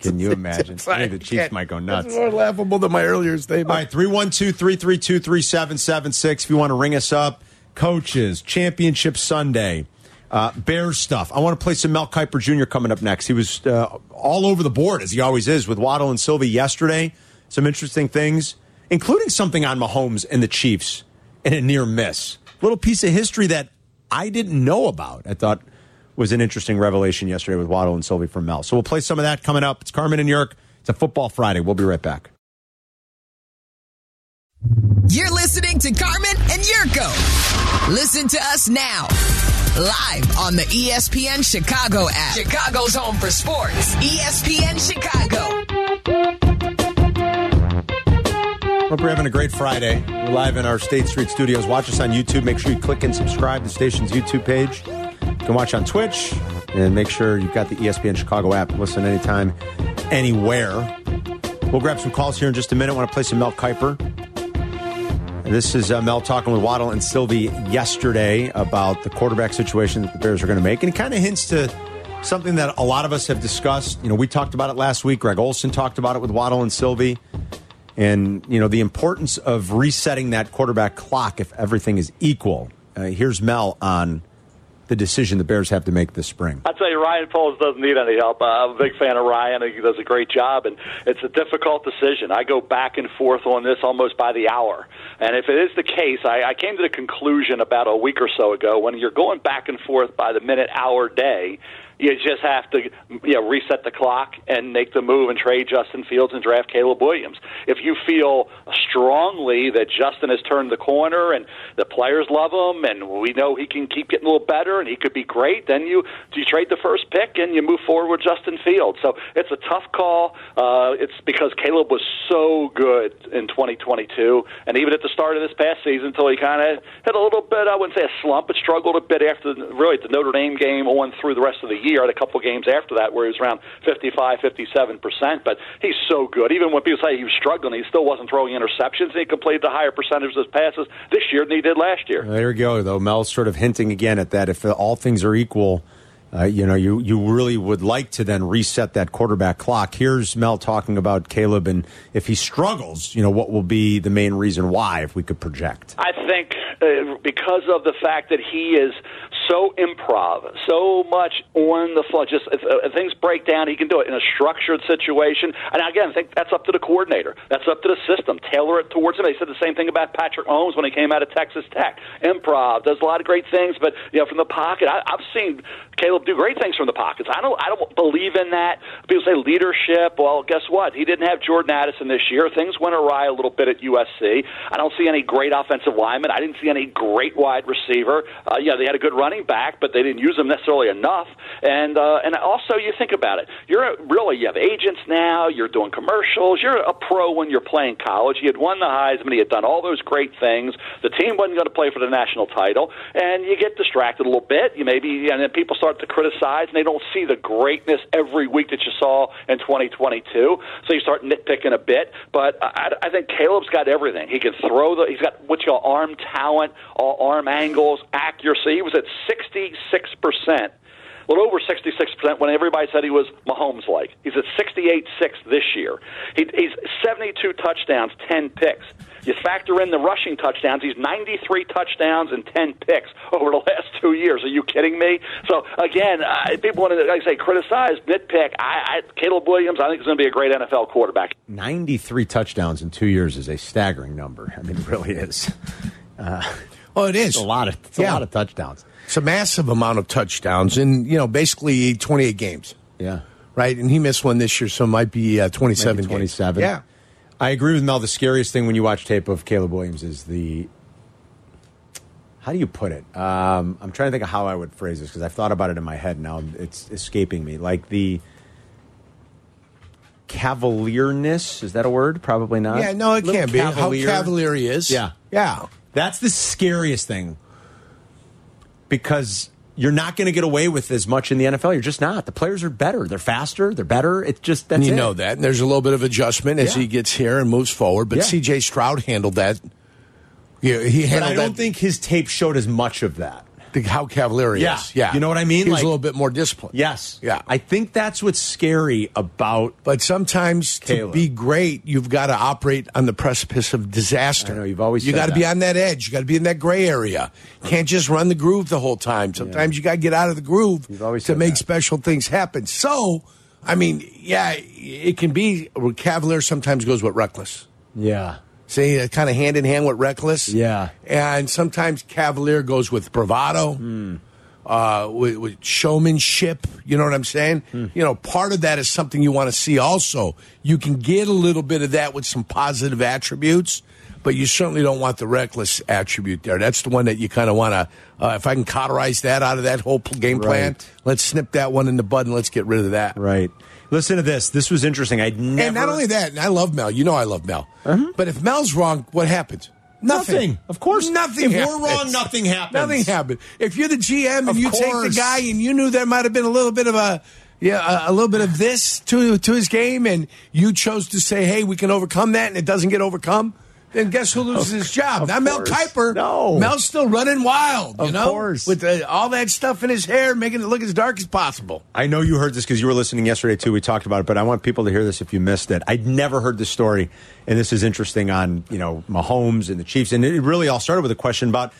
Speaker 2: can you imagine? I think the Chiefs
Speaker 3: Can't-
Speaker 2: might go
Speaker 3: that's
Speaker 2: nuts.
Speaker 3: more laughable than my earlier statement.
Speaker 2: All right, 312 332 3776. If you want to ring us up, coaches, Championship Sunday, uh, Bears stuff. I want to play some Mel Kiper Jr. coming up next. He was uh, all over the board, as he always is, with Waddle and Sylvie yesterday. Some interesting things, including something on Mahomes and the Chiefs and a near miss. Little piece of history that I didn't know about. I thought was an interesting revelation yesterday with Waddle and Sylvie from Mel. So we'll play some of that coming up. It's Carmen and York. It's a football Friday. We'll be right back.
Speaker 1: You're listening to Carmen and Yurko. Listen to us now. Live on the E ESPN Chicago app. Chicago's home for sports. E ESPN Chicago.
Speaker 2: Hope you're having a great Friday. We're live in our State Street studios. Watch us on YouTube. Make sure you click and subscribe to the station's YouTube page. You can watch on Twitch and make sure you've got the E ESPN Chicago app. Listen anytime, anywhere. We'll grab some calls here in just a minute. want to play some Mel Kiper. This is uh, Mel talking with Waddle and Sylvie yesterday about the quarterback situation that the Bears are going to make. And it kind of hints to something that a lot of us have discussed. You know, we talked about it last week. Greg Olson talked about it with Waddle and Sylvie and you know the importance of resetting that quarterback clock if everything is equal. Uh, here's Mel on the decision the Bears have to make this spring.
Speaker 9: I tell you, Ryan Poles doesn't need any help. Uh, I'm a big fan of Ryan. I think He does a great job, and it's a difficult decision. I go back and forth on this almost by the hour. And if it is the case, I, I came to the conclusion about a week or so ago when you're going back and forth by the minute, hour, day. You just have to you know, reset the clock and make the move and trade Justin Fields and draft Caleb Williams. If you feel strongly that Justin has turned the corner and the players love him and we know he can keep getting a little better and he could be great, then you you trade the first pick and you move forward with Justin Fields. So it's a tough call. Uh, it's because Caleb was so good in 2022 and even at the start of this past season until he kind of hit a little bit. I wouldn't say a slump, but struggled a bit after the, really the Notre Dame game on through the rest of the year. Had a couple games after that where he was around 55, 57 percent. But he's so good. Even when people say he was struggling, he still wasn't throwing interceptions. and He completed the higher percentage of his passes this year than he did last year.
Speaker 2: There you go, though. Mel's sort of hinting again at that. If all things are equal, uh, you know, you, you really would like to then reset that quarterback clock. Here's Mel talking about Caleb and if he struggles, you know, what will be the main reason why, if we could project.
Speaker 9: I think uh, because of the fact that he is so improv, so much on the fly. Just if, uh, if things break down, he can do it in a structured situation. And again, I think that's up to the coordinator. That's up to the system. Tailor it towards him. They said the same thing about Patrick Mahomes when he came out of Texas Tech. Improv does a lot of great things, but you know, from the pocket, I, I've seen Caleb do great things from the pockets. I don't I don't believe in that. People say leadership. Well, guess what? He didn't have Jordan Addison this year. Things went awry a little bit at USC. I don't see any great offensive lineman. I didn't see any great wide receiver. Uh, yeah, they had a good running back, but they didn't use him necessarily enough. And uh, and also you think about it. You're a, really you have agents now. You're doing commercials. You're a pro when you're playing college. He had won the Heisman. He had done all those great things. The team wasn't going to play for the national title, and you get distracted a little bit. You maybe and then people start to criticize, and they don't see the greatness every week that you saw in 2022. So you start nitpicking a bit. But I, I think Caleb's got everything. He can throw the. He's got what you call arm talent, all arm angles, accuracy. He was at 66 percent a little over 66% when everybody said he was Mahomes like. He's at 68 6 this year. He, he's 72 touchdowns, 10 picks. You factor in the rushing touchdowns, he's 93 touchdowns and 10 picks over the last two years. Are you kidding me? So, again, uh, people want to, like I say, criticize, nitpick. I, I, Caleb Williams, I think, is going to be a great NFL quarterback.
Speaker 2: 93 touchdowns in two years is a staggering number. I mean, it really is. Uh,
Speaker 3: Oh, it is
Speaker 2: It's a lot of, it's
Speaker 3: Yeah.
Speaker 2: a lot of touchdowns.
Speaker 3: It's a massive amount of touchdowns, and you know, basically 28 games,
Speaker 2: Yeah.
Speaker 3: right? And he missed one this year, so it might be uh, 27.
Speaker 2: Maybe
Speaker 3: games.
Speaker 2: 27.
Speaker 3: Yeah.
Speaker 2: I agree with Mel. The scariest thing when you watch tape of Caleb Williams is the. How do you put it? Um, I'm trying to think of how I would phrase this because I've thought about it in my head. Now it's escaping me. Like the cavalierness. Is that a word? Probably not.
Speaker 3: Yeah, no, it
Speaker 2: Little
Speaker 3: can't be. How cavalier he is.
Speaker 2: Yeah.
Speaker 3: Yeah.
Speaker 2: That's the scariest thing because you're not going to get away with as much in the NFL. You're just not. The players are better. They're faster. They're better. It's just that's
Speaker 3: And you
Speaker 2: it.
Speaker 3: know that. And there's a little bit of adjustment as
Speaker 2: Yeah.
Speaker 3: he gets here and moves forward. But
Speaker 2: Yeah.
Speaker 3: CJ Stroud handled that. Yeah, he
Speaker 2: But
Speaker 3: handled
Speaker 2: I don't
Speaker 3: that.
Speaker 2: think his tape showed as much of that.
Speaker 3: think how cavalier he
Speaker 2: Yeah.
Speaker 3: is. Yeah.
Speaker 2: You know what I mean?
Speaker 3: He was
Speaker 2: Like-
Speaker 3: a little bit more disciplined.
Speaker 2: Yes.
Speaker 3: Yeah.
Speaker 2: I think that's what's scary about.
Speaker 3: But sometimes
Speaker 2: Caleb.
Speaker 3: to be great, you've got to operate on the precipice of disaster.
Speaker 2: I know, you've always
Speaker 3: you
Speaker 2: said
Speaker 3: got to be
Speaker 2: that.
Speaker 3: on that edge. You got to be in that gray area. Can't just run the groove the whole time. Sometimes you got to get out of the groove
Speaker 2: You've always
Speaker 3: to
Speaker 2: said
Speaker 3: make
Speaker 2: that.
Speaker 3: special things happen. So, I mean, yeah, it can be cavalier. Sometimes goes with reckless.
Speaker 2: Yeah.
Speaker 3: See, uh, kind of hand in hand with reckless.
Speaker 2: Yeah.
Speaker 3: And sometimes cavalier goes with bravado,
Speaker 2: Hmm.
Speaker 3: uh, with, with showmanship. You know what I'm saying?
Speaker 2: Hmm.
Speaker 3: You know, part of that is something you want to see also. You can get a little bit of that with some positive attributes, but you certainly don't want the reckless attribute there. That's the one that you kind of want to, uh, if I can cauterize that out of that whole pl- game plan,
Speaker 2: Right.
Speaker 3: let's snip that one in the bud and let's get rid of that.
Speaker 2: Right. Listen to this. This was interesting. I'd never. Uh-huh.
Speaker 3: And not only that, and I love Mel. You know I love Mel. But if Mel's wrong, what happens? Nothing.
Speaker 2: Nothing. Of course.
Speaker 3: Nothing.
Speaker 2: If we're
Speaker 3: happens.
Speaker 2: wrong, nothing happens.
Speaker 3: Nothing happened. If you're the GM
Speaker 2: Of
Speaker 3: and you take
Speaker 2: course.
Speaker 3: the guy and you knew there might have been a little bit of a yeah, a, a little bit of this to to his game and you chose to say, "Hey, we can overcome that," and it doesn't get overcome, then guess who loses his job? Not Mel
Speaker 2: course.
Speaker 3: Kiper.
Speaker 2: No.
Speaker 3: Mel's still running wild, you
Speaker 2: Of
Speaker 3: know?
Speaker 2: course.
Speaker 3: With uh, all that stuff in his hair, making it look as dark as possible.
Speaker 2: I know you heard this because you were listening yesterday too. We talked about it, but I want people to hear this if you missed it. I'd never heard this story, and this is interesting on you know Mahomes and the Chiefs, and it really all started with a question about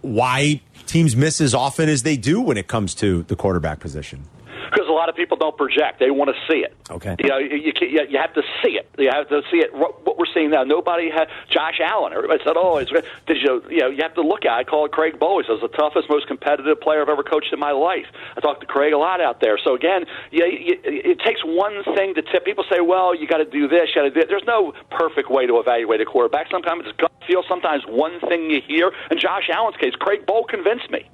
Speaker 2: why teams miss as often as they do when it comes to the quarterback position.
Speaker 9: because a lot of people don't project. They want to see it.
Speaker 2: Okay.
Speaker 9: You know, you, you, can't- you, you have to see it. You have to see it. What, what we're seeing now, nobody had Josh Allen. Everybody said, "Oh, it's, did you?" You know, you have to look at. it. I call it Craig Bowie. Says the toughest, most competitive player I've ever coached in my life. I talked to Craig a lot out there. So again, you, you, it takes one thing to tip. People say, "Well, you got to do this, you got to do." That. There's no perfect way to evaluate a quarterback. Sometimes it's gut feel. Sometimes one thing you hear. In Josh Allen's case, Craig Bowl convinced me.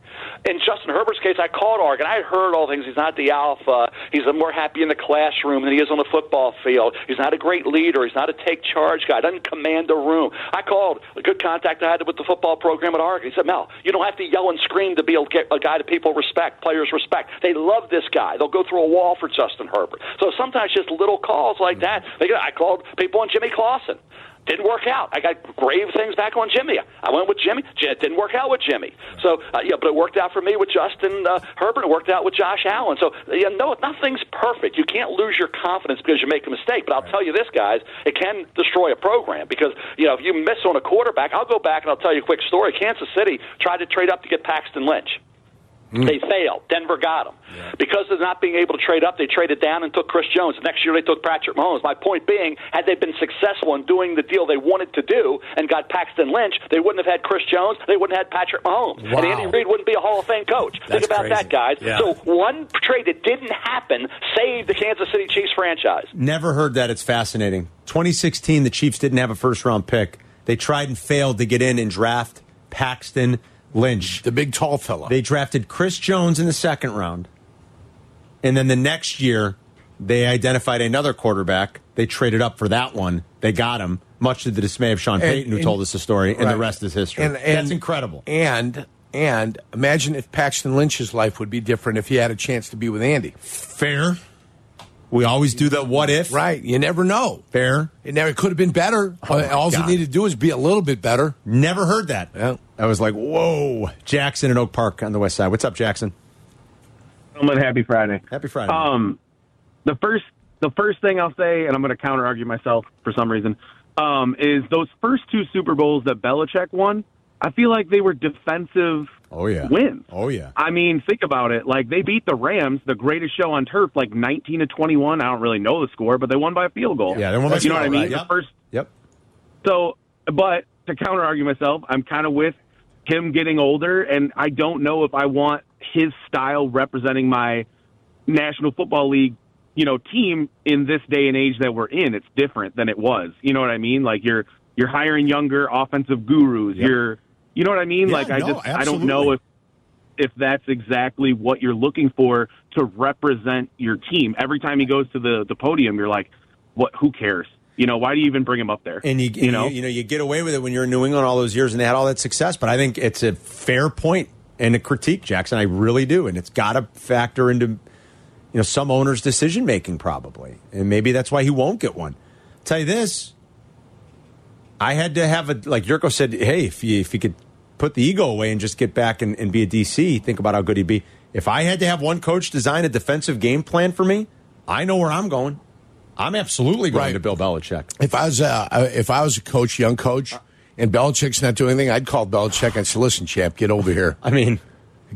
Speaker 9: In Justin Herbert's case, I called Ark and I had heard all things. He's not the alpha. He's more happy in the classroom than he is on the football field. He's not a great leader. He's not a take charge guy. Doesn't command a room. I called a good contact I had with the football program at Ark. He said, "Mel, you don't have to yell and scream to be a, get a guy that people respect. Players respect. They love this guy. They'll go through a wall for Justin Herbert." So sometimes just little calls like that. They get- I called people on Jimmy Clausen. Didn't work out. I got grave things back on Jimmy. I went with Jimmy. J- It didn't work out with Jimmy. So, uh, yeah, but it worked out for me with Justin uh, Herbert. It worked out with Josh Allen. So, yeah, no, nothing's perfect. You can't lose your confidence because you make a mistake. But I'll tell you this, guys, it can destroy a program because, you know, if you miss on a quarterback, I'll go back and I'll tell you a quick story. Kansas City tried to trade up to get Paxton Lynch.
Speaker 3: Hmm.
Speaker 9: They failed. Denver got him. Because of not being able to trade up, they traded down and took Chris Jones. Next year, they took Patrick Mahomes. My point being, had they been successful in doing the deal they wanted to do and got Paxton Lynch, they wouldn't have had Chris Jones. They wouldn't have had Patrick Mahomes. And
Speaker 3: Wow.
Speaker 9: Andy Reid wouldn't be a Hall of Fame coach. Think
Speaker 3: That's
Speaker 9: about
Speaker 3: crazy.
Speaker 9: that, guys.
Speaker 3: Yeah.
Speaker 9: So one trade that didn't happen saved the Kansas City Chiefs franchise.
Speaker 2: Never heard that. It's fascinating. 2016, the Chiefs didn't have a first round pick. They tried and failed to get in and draft Paxton Lynch.
Speaker 3: The big tall fella.
Speaker 2: They drafted Chris Jones in the second round. And then the next year, they identified another quarterback. They traded up for that one. They got him, much to the dismay of Sean Payton, who
Speaker 3: and-
Speaker 2: told us the story, and the
Speaker 3: right.
Speaker 2: rest is history.
Speaker 3: And- and-
Speaker 2: That's incredible.
Speaker 3: And and imagine if Paxton Lynch's life would be different if he had a chance to be with Andy.
Speaker 2: Fair. We always do that what if.
Speaker 3: Right. You never know.
Speaker 2: Fair.
Speaker 3: It never it could have been better. All you
Speaker 2: Oh, God.
Speaker 3: need to do is be a little bit better.
Speaker 2: Never heard that.
Speaker 3: Yeah.
Speaker 2: I was like, whoa. Jackson in Oak Park on the west side. What's up, Jackson?
Speaker 6: Gentlemen, happy Friday.
Speaker 2: Happy Friday.
Speaker 6: Um, the first, the first thing I'll say, and I'm going to counter argue myself for some reason, um, is those first two Super Bowls that Belichick won. I feel like they were defensive.
Speaker 2: Oh, yeah.
Speaker 6: wins.
Speaker 2: Oh, yeah.
Speaker 6: I mean, think about it. Like they beat the Rams, the greatest show on turf, like 19 to 21. I don't really know the score, but they won by a field goal.
Speaker 2: Yeah, they won by a
Speaker 6: You know
Speaker 2: field
Speaker 6: what I
Speaker 2: goal,
Speaker 6: mean?
Speaker 2: right?
Speaker 6: The
Speaker 2: Yep.
Speaker 6: first
Speaker 2: Yep.
Speaker 6: so, but to counter argue myself, I'm kind of with him getting older, and I don't know if I want his style representing my National Football League, you know, team in this day and age that we're in. It's different than it was. You know what I mean? Like you're you're hiring younger offensive gurus. You're you know what I mean?
Speaker 2: Yeah,
Speaker 6: like I
Speaker 2: no,
Speaker 6: just I don't know
Speaker 2: absolutely.
Speaker 6: if if that's exactly what you're looking for to represent your team. Every time he goes to the the podium, you're like, what? Who cares? You know, why do you even bring him up there?
Speaker 2: and you,
Speaker 6: you know,
Speaker 2: you, you know you get away with it when you're in New England all those years and they had all that success. But I think it's a fair point and a critique, Jackson. I really do, and it's got to factor into you know some owner's decision making probably, and maybe that's why he won't get one. tell you this, I had to have a like Yurko said, hey, if you if you could put the ego away and just get back and, and be a DC, think about how good he'd be. If I had to have one coach design a defensive game plan for me, I know where I'm going. I'm absolutely going
Speaker 3: Right.
Speaker 2: to Bill Belichick.
Speaker 3: If I was a if I was a coach, young coach, and Belichick's not doing anything, I'd call Belichick and say, "Listen, champ, get over here,
Speaker 2: I mean,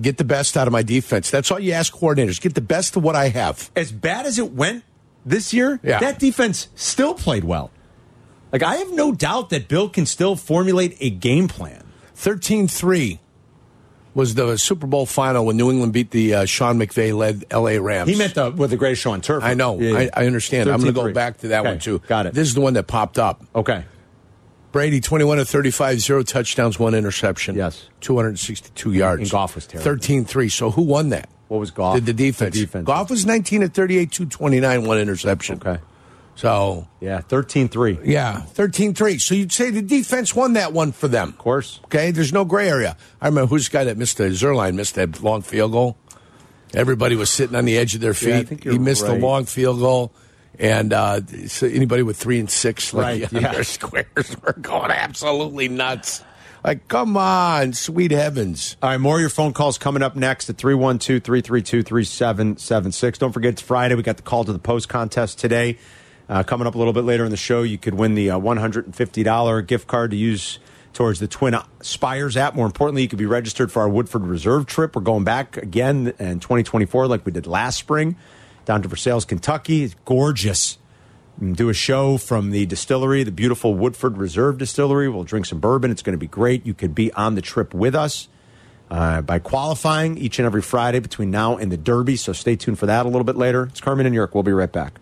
Speaker 3: get the best out of my defense." That's all you ask coordinators: get the best of what I have.
Speaker 2: as bad as it went this year,
Speaker 3: Yeah.
Speaker 2: that defense still played well. Like I have no doubt that Bill can still formulate a game plan.
Speaker 3: 13-3 was the Super Bowl final when New England beat the uh, Sean McVay led L.A. Rams.
Speaker 2: He meant the with the greatest show on turf.
Speaker 3: I know.
Speaker 2: Yeah, yeah.
Speaker 3: I, I understand. I'm going to go
Speaker 2: 13-3.
Speaker 3: back to that
Speaker 2: Okay,
Speaker 3: one too.
Speaker 2: Got it.
Speaker 3: This is the one that popped up.
Speaker 2: okay.
Speaker 3: Brady, 21 to 35, zero touchdowns, one interception.
Speaker 2: Yes.
Speaker 3: 262 yards.
Speaker 2: And Goff was terrible.
Speaker 3: 13 3. So who won that?
Speaker 2: What was Goff?
Speaker 3: Did the defense.
Speaker 2: The defense.
Speaker 3: Goff was 19 to 38, 229, one interception.
Speaker 2: Okay.
Speaker 3: So,
Speaker 2: Yeah, 13-3. Of
Speaker 3: yeah, 13 3. So you'd say the defense won that one for them.
Speaker 2: course.
Speaker 3: Okay. There's no gray area. I remember who's the guy that missed the Zerline missed that long field goal. Everybody was sitting on the edge of their feet.
Speaker 2: Yeah, I think you're
Speaker 3: he missed
Speaker 2: right.
Speaker 3: the long field goal. And uh, so anybody with three and six, like
Speaker 2: Right,
Speaker 3: on
Speaker 2: yeah.
Speaker 3: their squares, were going absolutely nuts. Like, come on, sweet heavens!
Speaker 2: All right, more of your phone calls coming up next at 312 332 3776. Don't forget, it's Friday. We got the call to the post contest today. Uh, coming up a little bit later in the show, you could win the uh, $150 gift card to use towards the Twin Spires app. More importantly, you could be registered for our Woodford Reserve trip. We're going back again in 2024, like we did last spring, down to Versailles, Kentucky. It's gorgeous and do a show from the distillery, the beautiful Woodford Reserve Distillery. We'll drink some bourbon. It's going to be great. You could be on the trip with us uh, by qualifying each and every Friday between now and the Derby. So stay tuned for that a little bit later. It's Carmen and York. We'll be right back.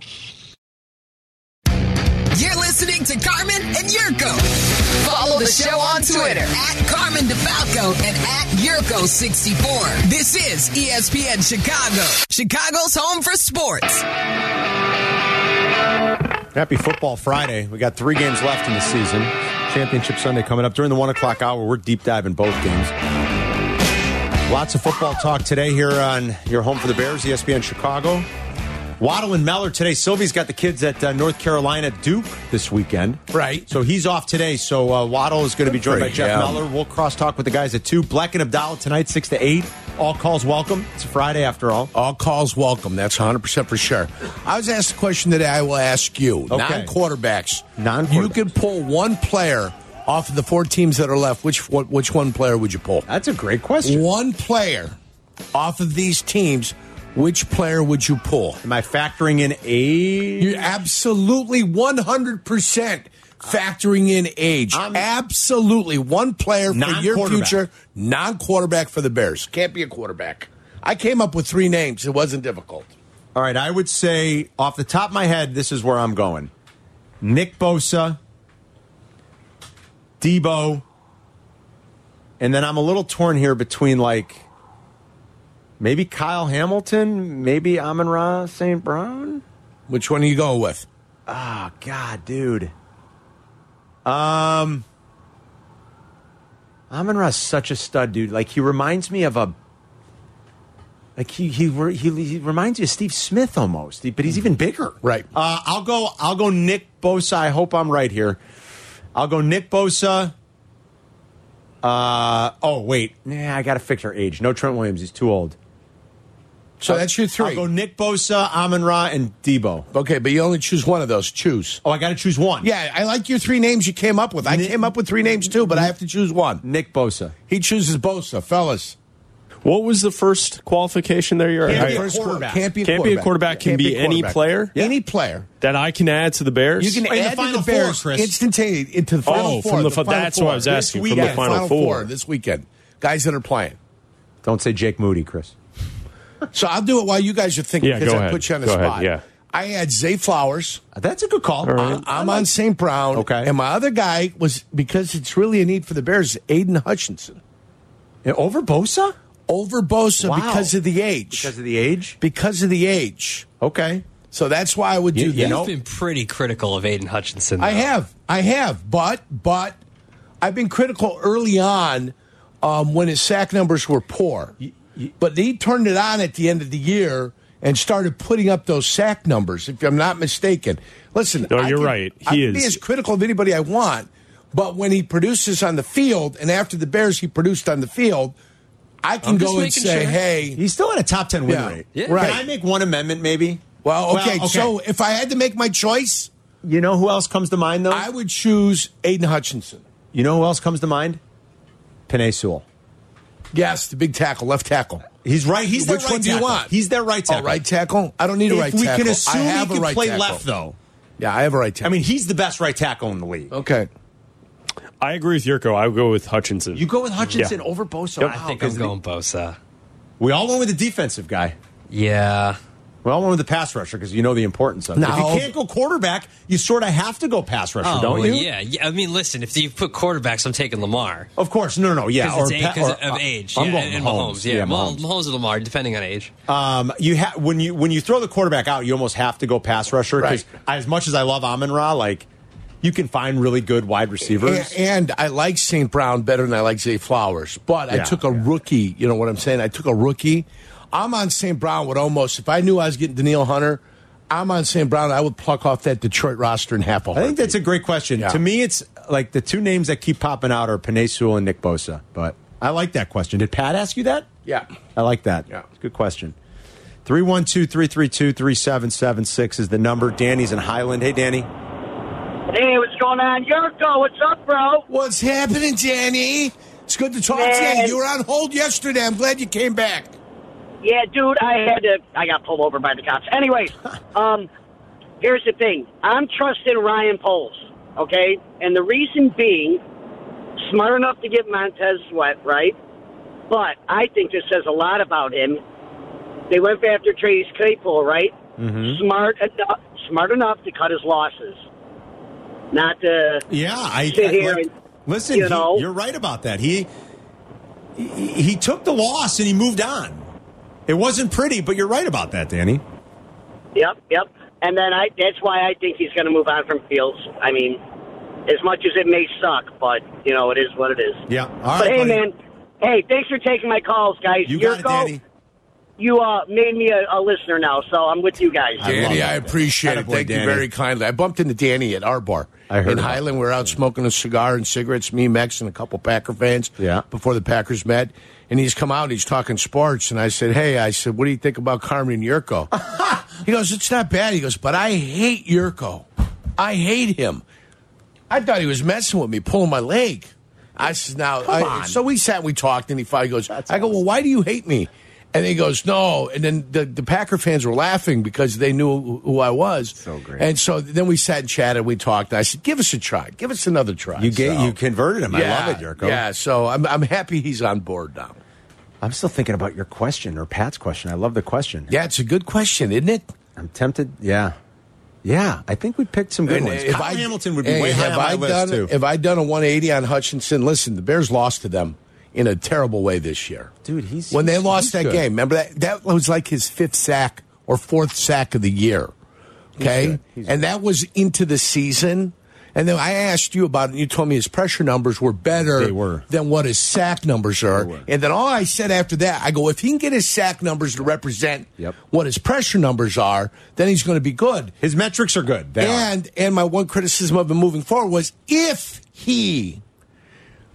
Speaker 1: You're listening to Carmen and Yurko. Follow the show on Twitter at Carmen DeFalco and at Yurko64. This is E ESPN Chicago, Chicago's home for sports.
Speaker 2: Happy Football Friday. We got three games left in the season. Championship Sunday coming up. During the one o'clock hour, we're deep diving both games. Lots of football talk today here on your home for the Bears, E ESPN Chicago. Waddle and Mellor today. Sylvie's got the kids at uh, North Carolina Duke this weekend.
Speaker 3: Right.
Speaker 2: So he's off today. So uh, Waddle is going to be joined by
Speaker 3: for
Speaker 2: Jeff
Speaker 3: him.
Speaker 2: Mellor. We'll cross talk with the guys at 2. Black and Abdallah tonight, 6 to 8. All calls welcome. It's a Friday after all.
Speaker 3: All calls welcome. That's 100 percent for sure. I was asked a question today. I will ask you.
Speaker 2: Okay.
Speaker 3: Non-quarterbacks.
Speaker 2: Non-quarterbacks.
Speaker 3: You could pull one player off of the four teams that are left. Which what, which one player would you pull?
Speaker 2: That's a great question.
Speaker 3: One player off of these teams, which player would you pull?
Speaker 2: Am I factoring in age?
Speaker 3: You're absolutely 100% factoring in age.
Speaker 2: I'm-
Speaker 3: absolutely. One player for your
Speaker 2: Non-quarterback.
Speaker 3: future, non quarterback for the Bears. Can't be a quarterback. I came up with three names. It wasn't difficult.
Speaker 2: All right, I would say off the top of my head, this is where I'm going. Nick Bosa, Debo, and then I'm a little torn here between like maybe Kyle Hamilton, maybe Amon Ra St. Brown.
Speaker 3: Which one are you going with?
Speaker 2: Oh God, dude. Um Amon Ra's such a stud, dude. Like he reminds me of a like he he re- he, he reminds you of Steve Smith almost, but he's even bigger.
Speaker 3: Right.
Speaker 2: Uh, I'll go. I'll go. Nick Bosa. I hope I'm right here. I'll go. Nick Bosa. Uh oh. Wait. Nah. I gotta fix our age. No Trent Williams. He's too old.
Speaker 3: So that's your
Speaker 2: I'll go.
Speaker 3: three.
Speaker 2: Nick Bosa, Amon Ra, and Debo.
Speaker 3: Okay, but you only choose one of those. Choose.
Speaker 2: Oh, I gotta choose one.
Speaker 3: Yeah, I like your three names you came up with. I came up with three names too, but I have to choose one.
Speaker 2: Nick Bosa.
Speaker 3: He chooses Bosa, fellas.
Speaker 8: What was the first qualification there? You're
Speaker 2: Can't be a
Speaker 8: All right.
Speaker 2: quarterback.
Speaker 3: Can't be a
Speaker 8: Can't be a
Speaker 3: quarterback.
Speaker 8: quarterback, can
Speaker 3: Can't
Speaker 8: be any
Speaker 3: quarterback.
Speaker 8: player?
Speaker 3: Any player.
Speaker 8: that I can add to the Bears.
Speaker 3: You can
Speaker 2: In the
Speaker 3: add to
Speaker 2: Final
Speaker 3: the
Speaker 2: Four,
Speaker 3: Bears
Speaker 2: Chris.
Speaker 3: instantaely into the
Speaker 8: Oh,
Speaker 3: final
Speaker 8: from
Speaker 3: four.
Speaker 8: the
Speaker 3: the
Speaker 8: fi-
Speaker 3: final
Speaker 8: that's
Speaker 3: four.
Speaker 8: what I was
Speaker 3: This
Speaker 8: asking, from the
Speaker 3: weekend,
Speaker 8: Final Four.
Speaker 3: this weekend. Guys that are playing.
Speaker 2: Don't say Jake Moody, Chris.
Speaker 3: So I'll do it while you guys are thinking
Speaker 8: Yeah,
Speaker 3: because
Speaker 8: go
Speaker 3: I
Speaker 8: ahead.
Speaker 3: put you on the
Speaker 8: Go ahead,
Speaker 3: spot.
Speaker 8: yeah.
Speaker 3: I had Zay Flowers.
Speaker 2: That's a good call.
Speaker 8: right.
Speaker 2: I-
Speaker 3: I'm on St. Brown.
Speaker 2: Okay.
Speaker 3: And my other guy was because it's really a need for the Bears, Aiden Hutchinson.
Speaker 2: I- Uh, over Bosa
Speaker 3: Over Bosa
Speaker 2: Wow.
Speaker 3: because of the age.
Speaker 2: because of the age.
Speaker 3: Because of the age.
Speaker 2: Okay.
Speaker 3: So that's why I would do
Speaker 2: You- you
Speaker 3: that.
Speaker 2: know-
Speaker 7: I've been pretty critical of Aiden Hutchinson.
Speaker 3: I
Speaker 7: though.
Speaker 3: have. I have. But but I've been critical early on um, when his sack numbers were poor. but he turned it on at the end of the year and started putting up those sack numbers, if I'm not mistaken. Listen,
Speaker 8: No,
Speaker 3: I
Speaker 8: you're
Speaker 3: can-
Speaker 8: right.
Speaker 3: I
Speaker 8: He
Speaker 3: can be
Speaker 8: is.
Speaker 3: as critical of anybody I want, but when he produces on the field and after the Bears he produced on the field, I can
Speaker 7: I'm just
Speaker 3: go and
Speaker 7: making
Speaker 3: say,
Speaker 7: sure.
Speaker 3: hey,
Speaker 2: He's still at a top ten win
Speaker 3: Yeah.
Speaker 2: rate.
Speaker 3: Yeah.
Speaker 2: Can
Speaker 3: Right.
Speaker 2: I make one amendment, maybe?
Speaker 3: well, okay, so if I had to make my choice,
Speaker 2: you know who else comes to mind though?
Speaker 3: I would choose Aiden Hutchinson.
Speaker 2: You know who else comes to mind? Panay Sewell.
Speaker 3: Yes, the big tackle, left tackle.
Speaker 2: He's right. He's their
Speaker 3: Which
Speaker 2: right
Speaker 3: one do you
Speaker 2: tackle.
Speaker 3: want?
Speaker 2: He's their right
Speaker 3: Oh,
Speaker 2: tackle.
Speaker 3: right tackle? I don't need a
Speaker 2: If
Speaker 3: right
Speaker 2: we
Speaker 3: tackle.
Speaker 2: can assume
Speaker 3: I
Speaker 2: he
Speaker 3: have a
Speaker 2: can
Speaker 3: right
Speaker 2: play
Speaker 3: tackle.
Speaker 2: left, though.
Speaker 3: Yeah, I have a right tackle.
Speaker 2: I mean, he's the best right tackle in the league.
Speaker 3: okay.
Speaker 8: I agree with Yurko. I would go with Hutchinson.
Speaker 2: You go with Hutchinson
Speaker 8: Yeah.
Speaker 2: over Bosa.
Speaker 8: Yep.
Speaker 3: Oh,
Speaker 2: Wow,
Speaker 7: I think I'm
Speaker 2: 'cause
Speaker 7: going Bosa.
Speaker 2: We all went with the defensive guy.
Speaker 7: Yeah.
Speaker 2: We all went with the pass rusher because you know the importance of it. If
Speaker 3: No.
Speaker 2: you can't go quarterback, you sort of have to go pass rusher,
Speaker 7: Oh,
Speaker 2: don't you?
Speaker 7: Yeah. yeah. I mean, listen, if you put quarterbacks, I'm taking Lamar.
Speaker 2: Of course. No, no, no. Yeah.
Speaker 7: Because
Speaker 2: or pa- or,
Speaker 7: of
Speaker 2: uh,
Speaker 7: age.
Speaker 2: I'm
Speaker 7: yeah,
Speaker 2: going
Speaker 7: and, and Mahomes. Yeah, Mahomes.
Speaker 2: Mahomes.
Speaker 7: Mahomes or Lamar, depending on age.
Speaker 3: Uh,
Speaker 2: Um, you ha- when you when you throw the quarterback out, you almost have to go pass rusher because
Speaker 3: Right.
Speaker 2: as much as I love Amon Ra, like you can find really good wide receivers.
Speaker 3: And, and I like St. Brown better than I like Zay Flowers, but I
Speaker 2: Yeah,
Speaker 3: took a rookie. You know what I'm saying? I took a rookie. I'm on St. Brown with almost, if I knew I was getting Daniil Hunter, I'm on St. Brown. I would pluck off that Detroit roster in half a
Speaker 2: I think that's a great question.
Speaker 3: Yeah.
Speaker 2: To me, it's like the two names that keep popping out are Panay Sewell and Nick Bosa. But I like that question. Did Pat ask you that?
Speaker 3: Yeah.
Speaker 2: I like that.
Speaker 3: Yeah.
Speaker 2: It's a good question. 312 332 3776 is the number. Danny's in Highland. Hey, Danny.
Speaker 10: Hey, what's going on? Yurko, what's up, bro?
Speaker 3: What's happening, Danny? It's good to talk to
Speaker 10: Man.
Speaker 3: you. You were on hold yesterday. I'm glad you came back.
Speaker 10: Yeah, dude, I had to. I got pulled over by the cops. Anyway, um, here's the thing. I'm trusting Ryan Poles, okay? And the reason being, smart enough to give Montez Sweat, right? But I think this says a lot about him. They went after Trace Claypool, right? Smart enough, smart enough to cut his losses, not to
Speaker 2: Yeah, I,
Speaker 10: Sit
Speaker 2: I-
Speaker 10: here
Speaker 2: like,
Speaker 10: and,
Speaker 2: listen.
Speaker 10: you
Speaker 2: he-
Speaker 10: know.
Speaker 2: you're right about that. He, he he took the loss and he moved on. It wasn't pretty, but you're right about that, Danny.
Speaker 10: Yep, yep. And then I that's why I think he's going to move on from Fields. I mean, as much as it may suck, but you know it is what it is.
Speaker 2: Yeah. All right,
Speaker 10: but hey,
Speaker 2: buddy.
Speaker 10: man. Hey, thanks for taking my calls, guys.
Speaker 2: You got it,
Speaker 10: Yurko,
Speaker 2: Danny.
Speaker 10: You uh, made me a, a listener now, so I'm with you guys.
Speaker 2: I love
Speaker 3: Danny,
Speaker 2: that.
Speaker 3: I appreciate it.
Speaker 2: Attaboy,
Speaker 3: Thank
Speaker 2: Danny.
Speaker 3: you very kindly. I bumped into Danny at our bar.
Speaker 2: I heard
Speaker 3: in
Speaker 2: about
Speaker 3: Highland. We were out smoking a cigar and cigarettes. Me, Max, and a couple Packer fans.
Speaker 2: Yeah.
Speaker 3: Before the Packers met, and he's come out. and He's talking sports, and I said, "Hey, I said, what do you think about Carmen Yurko?" he goes, "It's not bad." He goes, "But I hate Yurko. I hate him. I thought he was messing with me, pulling my leg." I said, "Now, I,
Speaker 2: on.
Speaker 3: so we sat, and we talked, and he finally goes, I go, well, why do you hate me?'" And he goes, no. And then the, the Packer fans were laughing because they knew who- who I was. So
Speaker 2: great.
Speaker 3: And so then we sat and chatted. We talked. And I said, give us a try. Give us another try.
Speaker 2: You get
Speaker 3: So-
Speaker 2: you converted him. I love it, Yurko.
Speaker 3: Yeah. So I'm, I'm happy he's on board now.
Speaker 2: I'm still thinking about your question or Pat's question. I love the question.
Speaker 3: Yeah, it's a good question, isn't it?
Speaker 2: I'm tempted. Yeah. Yeah. I think we picked some good
Speaker 3: And
Speaker 2: ones.
Speaker 3: if
Speaker 2: Kyle
Speaker 3: I-
Speaker 2: uh, Hamilton would be
Speaker 3: hey,
Speaker 2: way high
Speaker 3: have
Speaker 2: on my
Speaker 3: I
Speaker 2: list,
Speaker 3: done,
Speaker 2: too.
Speaker 3: If I'd done a 180 on Hutchinson, listen, the Bears lost to them in a terrible way this year.
Speaker 2: Dude, he's-
Speaker 3: when they
Speaker 2: he's-
Speaker 3: lost
Speaker 2: he's
Speaker 3: that
Speaker 2: good.
Speaker 3: game. Remember that that was like his fifth sack or fourth sack of the year. Okay,
Speaker 2: good. He's
Speaker 3: and that was into the season. And then I asked you about it, and you told me his pressure numbers were better
Speaker 2: They were.
Speaker 3: than what his sack numbers are.
Speaker 2: were.
Speaker 3: And then all I said after that, I go, if he can get his sack numbers to represent
Speaker 2: Yep.
Speaker 3: what his pressure numbers are, then he's going to be good.
Speaker 2: His metrics are good. They are.
Speaker 3: And and my one criticism of him moving forward was if he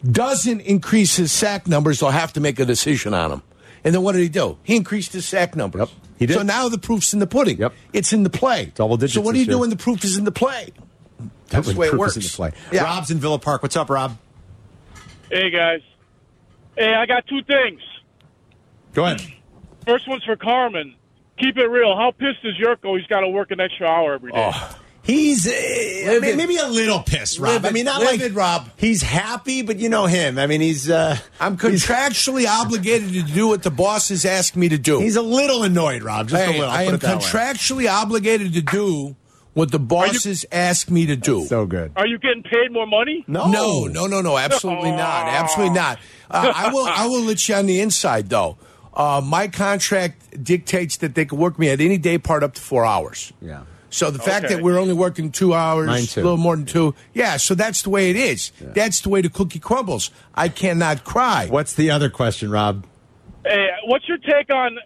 Speaker 3: doesn't increase his sack numbers, they'll have to make a decision on him. And then what did he do? He increased his sack numbers.
Speaker 2: Yep, he did.
Speaker 3: So now the proof's in the pudding.
Speaker 2: Yep.
Speaker 3: It's in the play.
Speaker 2: Double digits
Speaker 3: So what do
Speaker 2: this
Speaker 3: you do
Speaker 2: year.
Speaker 3: when the proof is in the play? That's the way it
Speaker 2: Proof
Speaker 3: works.
Speaker 2: is in the play.
Speaker 3: Yeah.
Speaker 2: Rob's in Villa Park. What's up, Rob?
Speaker 11: Hey guys. Hey, I got two things.
Speaker 2: Go ahead.
Speaker 11: First one's for Carmen. Keep it real. How pissed is Yurko? He's got to work an extra hour every day.
Speaker 2: He's uh, I mean, maybe a little pissed, Rob.
Speaker 3: Livid.
Speaker 2: I mean, not
Speaker 3: Livid,
Speaker 2: like
Speaker 3: Rob.
Speaker 2: He's happy, but you know him. I mean, he's uh,
Speaker 3: I'm contractually obligated to do what the boss has asked me to do.
Speaker 2: he's a little annoyed, Rob. Just a
Speaker 3: Hey,
Speaker 2: little.
Speaker 3: I
Speaker 2: put
Speaker 3: am
Speaker 2: it that way.
Speaker 3: contractually obligated to do what the boss has asked me to do.
Speaker 2: So good.
Speaker 11: Are you getting paid more money?
Speaker 2: No,
Speaker 3: No, no, no, no. Absolutely not. Absolutely not. Uh, I will. I will let you on the inside though. Uh, my contract dictates that they can work me at any day part up to four hours.
Speaker 2: Yeah.
Speaker 3: So the fact
Speaker 11: Okay.
Speaker 3: that we're only working two hours,
Speaker 2: Mine too.
Speaker 3: a little more than two, yeah. So that's the way it is. That's the way the cookie crumbles. I cannot cry.
Speaker 2: What's the other question, Rob?
Speaker 11: Hey, what's your take on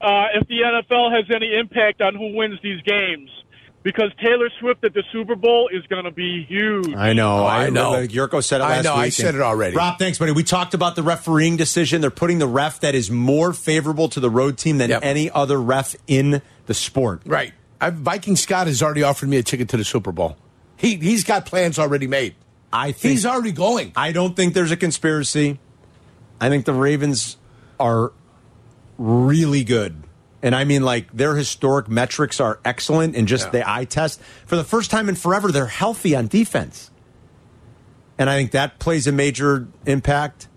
Speaker 11: uh, if the NFL has any impact on who wins these games? Because Taylor Swift at the Super Bowl is going to be huge.
Speaker 2: I know.
Speaker 3: Oh, I know.
Speaker 2: Like Yurko said it
Speaker 3: I
Speaker 2: last
Speaker 3: know, I
Speaker 2: week,
Speaker 3: said
Speaker 2: and-
Speaker 3: it already.
Speaker 2: Rob, thanks, buddy. We talked about the refereeing decision. They're putting the ref that is more favorable to the road team than
Speaker 3: Yep.
Speaker 2: any other ref in the sport.
Speaker 3: Right. I, Viking Scott has already offered me a ticket to the Super Bowl. He he's got plans already made.
Speaker 2: I think
Speaker 3: He's already going.
Speaker 2: I don't think there's a conspiracy. I think the Ravens are really good. And I mean, like, their historic metrics are excellent and just the eye test. For the first time in forever, they're healthy on defense. And I think that plays a major impact.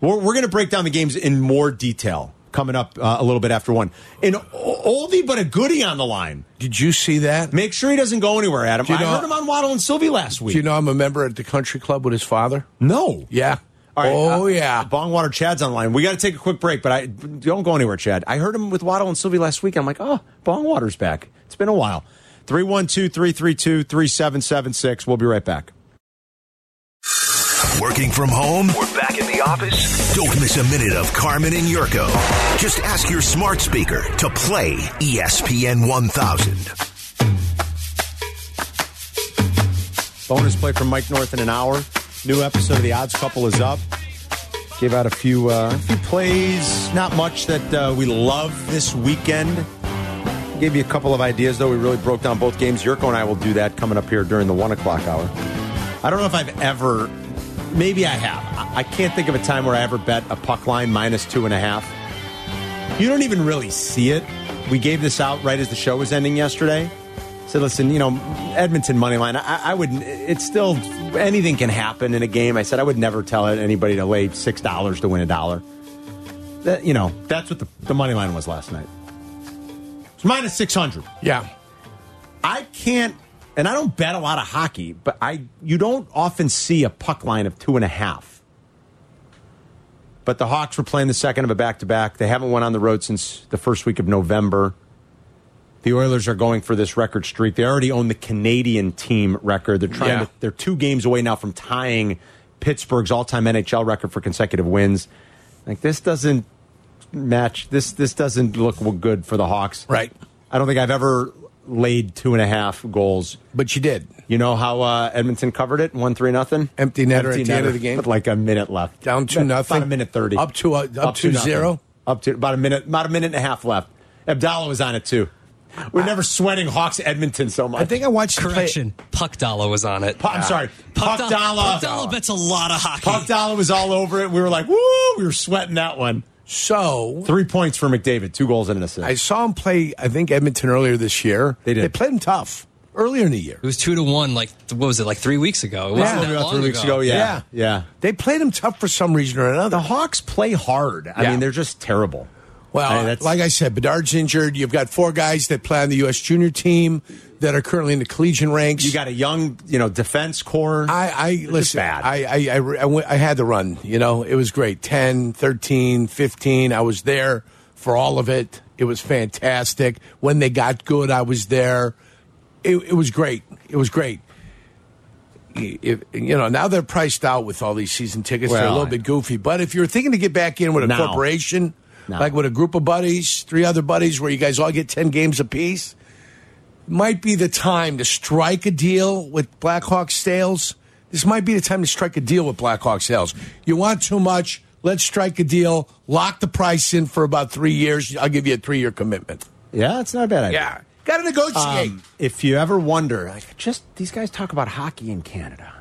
Speaker 2: We're, we're going to break down the games in more detail coming up uh, a little bit after one. An o- oldie, but a goodie on the line.
Speaker 3: Did you see that?
Speaker 2: Make sure he doesn't go anywhere, Adam.
Speaker 3: Do you
Speaker 2: I
Speaker 3: know-
Speaker 2: heard him on Waddle and Sylvie last week.
Speaker 3: Do you know I'm a member at the country club with his father?
Speaker 2: no.
Speaker 3: Yeah.
Speaker 2: All right,
Speaker 3: oh
Speaker 2: uh,
Speaker 3: yeah.
Speaker 2: Bongwater Chad's online. We got to take a quick break, but I don't go anywhere, Chad. I heard him with Waddle and Sylvie last week. I'm like, oh, Bongwater's back. It's been a while. 312 332 3776. We'll be right back.
Speaker 12: Working from home? We're back in the office. Don't miss a minute of Carmen and Yurko. Just ask your smart speaker to play ESPN 1000.
Speaker 2: Bonus play from Mike North in an hour. New episode of The Odds Couple is up. Gave out a few, uh, a few plays, not much that uh, we love this weekend. Gave you a couple of ideas, though. We really broke down both games. Yurko and I will do that coming up here during the one o'clock hour. I don't know if I've ever, maybe I have. I I can't think of a time where I ever bet a puck line minus two and a half. You don't even really see it. We gave this out right as the show was ending yesterday. Said, listen, you know, Edmonton money line. I, I would. It's still anything can happen in a game. I said I would never tell anybody to lay six dollars to win a dollar. That you know, that's what the, the money line was last night. It's minus six hundred.
Speaker 3: yeah.
Speaker 2: I can't, and I don't bet a lot of hockey, but I you don't often see a puck line of two and a half. But the Hawks were playing the second of a back to back. They haven't went on the road since the first week of November. The Oilers are going for this record streak. They already own the Canadian team record. They're trying
Speaker 3: Yeah.
Speaker 2: to, they're two games away now from tying Pittsburgh's all-time NHL record for consecutive wins. Like this doesn't match this this doesn't look good for the Hawks.
Speaker 3: Right.
Speaker 2: I don't think I've ever laid two and a half goals.
Speaker 3: But you did.
Speaker 2: You know how uh, Edmonton covered it? One three nothing.
Speaker 3: Empty netter at the end of the game?
Speaker 2: With like a minute left.
Speaker 3: Down two nothing?
Speaker 2: About a minute thirty.
Speaker 3: Up to, uh, up to
Speaker 2: nothing.
Speaker 3: zero?
Speaker 2: Up to about a minute. About a minute and a half left. Abdallah was on it too. We're never sweating Hawks Edmonton so much.
Speaker 3: I think I watched the play-
Speaker 7: Correction. Puck Dalla was on it.
Speaker 2: Pu- I'm sorry. Puck
Speaker 7: Puck
Speaker 2: Dalla.
Speaker 7: Dalla bets a lot of hockey.
Speaker 2: Puck Dollar was all over it. We were like, woo! We were sweating that one.
Speaker 3: So
Speaker 2: three points for McDavid, two goals and an assist.
Speaker 3: I saw him play. I think Edmonton earlier this year.
Speaker 2: They did.
Speaker 3: They played him tough earlier in the year.
Speaker 7: It was two to one. Like what was it? Like three weeks ago. It wasn't that long
Speaker 2: yeah, yeah.
Speaker 3: They played him tough for some reason or another.
Speaker 2: The Hawks play hard. I
Speaker 3: Yeah.
Speaker 2: mean, they're just terrible. I
Speaker 3: Well,
Speaker 2: mean, that's-
Speaker 3: like I said, Bedard's injured. You've got four guys that play on the U.S. junior team that are currently in the collegiate ranks.
Speaker 2: you got a young, you know, defense core.
Speaker 3: I, I listen.
Speaker 2: bad.
Speaker 3: I, I, I, re- I, went, I had the run. You know, it was great. 10, 13, 15. I was there for all of it. It was fantastic. When they got good, I was there. It, it was great. It was great. If, you know, now they're priced out with all these season tickets. they're a
Speaker 2: Well,
Speaker 3: little
Speaker 2: I
Speaker 3: bit goofy. But if you're thinking to get back in with a
Speaker 2: Now.
Speaker 3: corporation,
Speaker 2: Now.
Speaker 3: like with a group of buddies, three other buddies, where you guys all get 10 games apiece, might be the time to strike a deal with Blackhawk sales. This might be the time to strike a deal with Blackhawk sales. You want too much? Let's strike a deal. Lock the price in for about three years. I'll give you a three-year commitment.
Speaker 2: yeah, it's not a bad idea.
Speaker 3: Yeah, got to negotiate.
Speaker 2: Um, if you ever wonder, like, just these guys talk about hockey in Canada.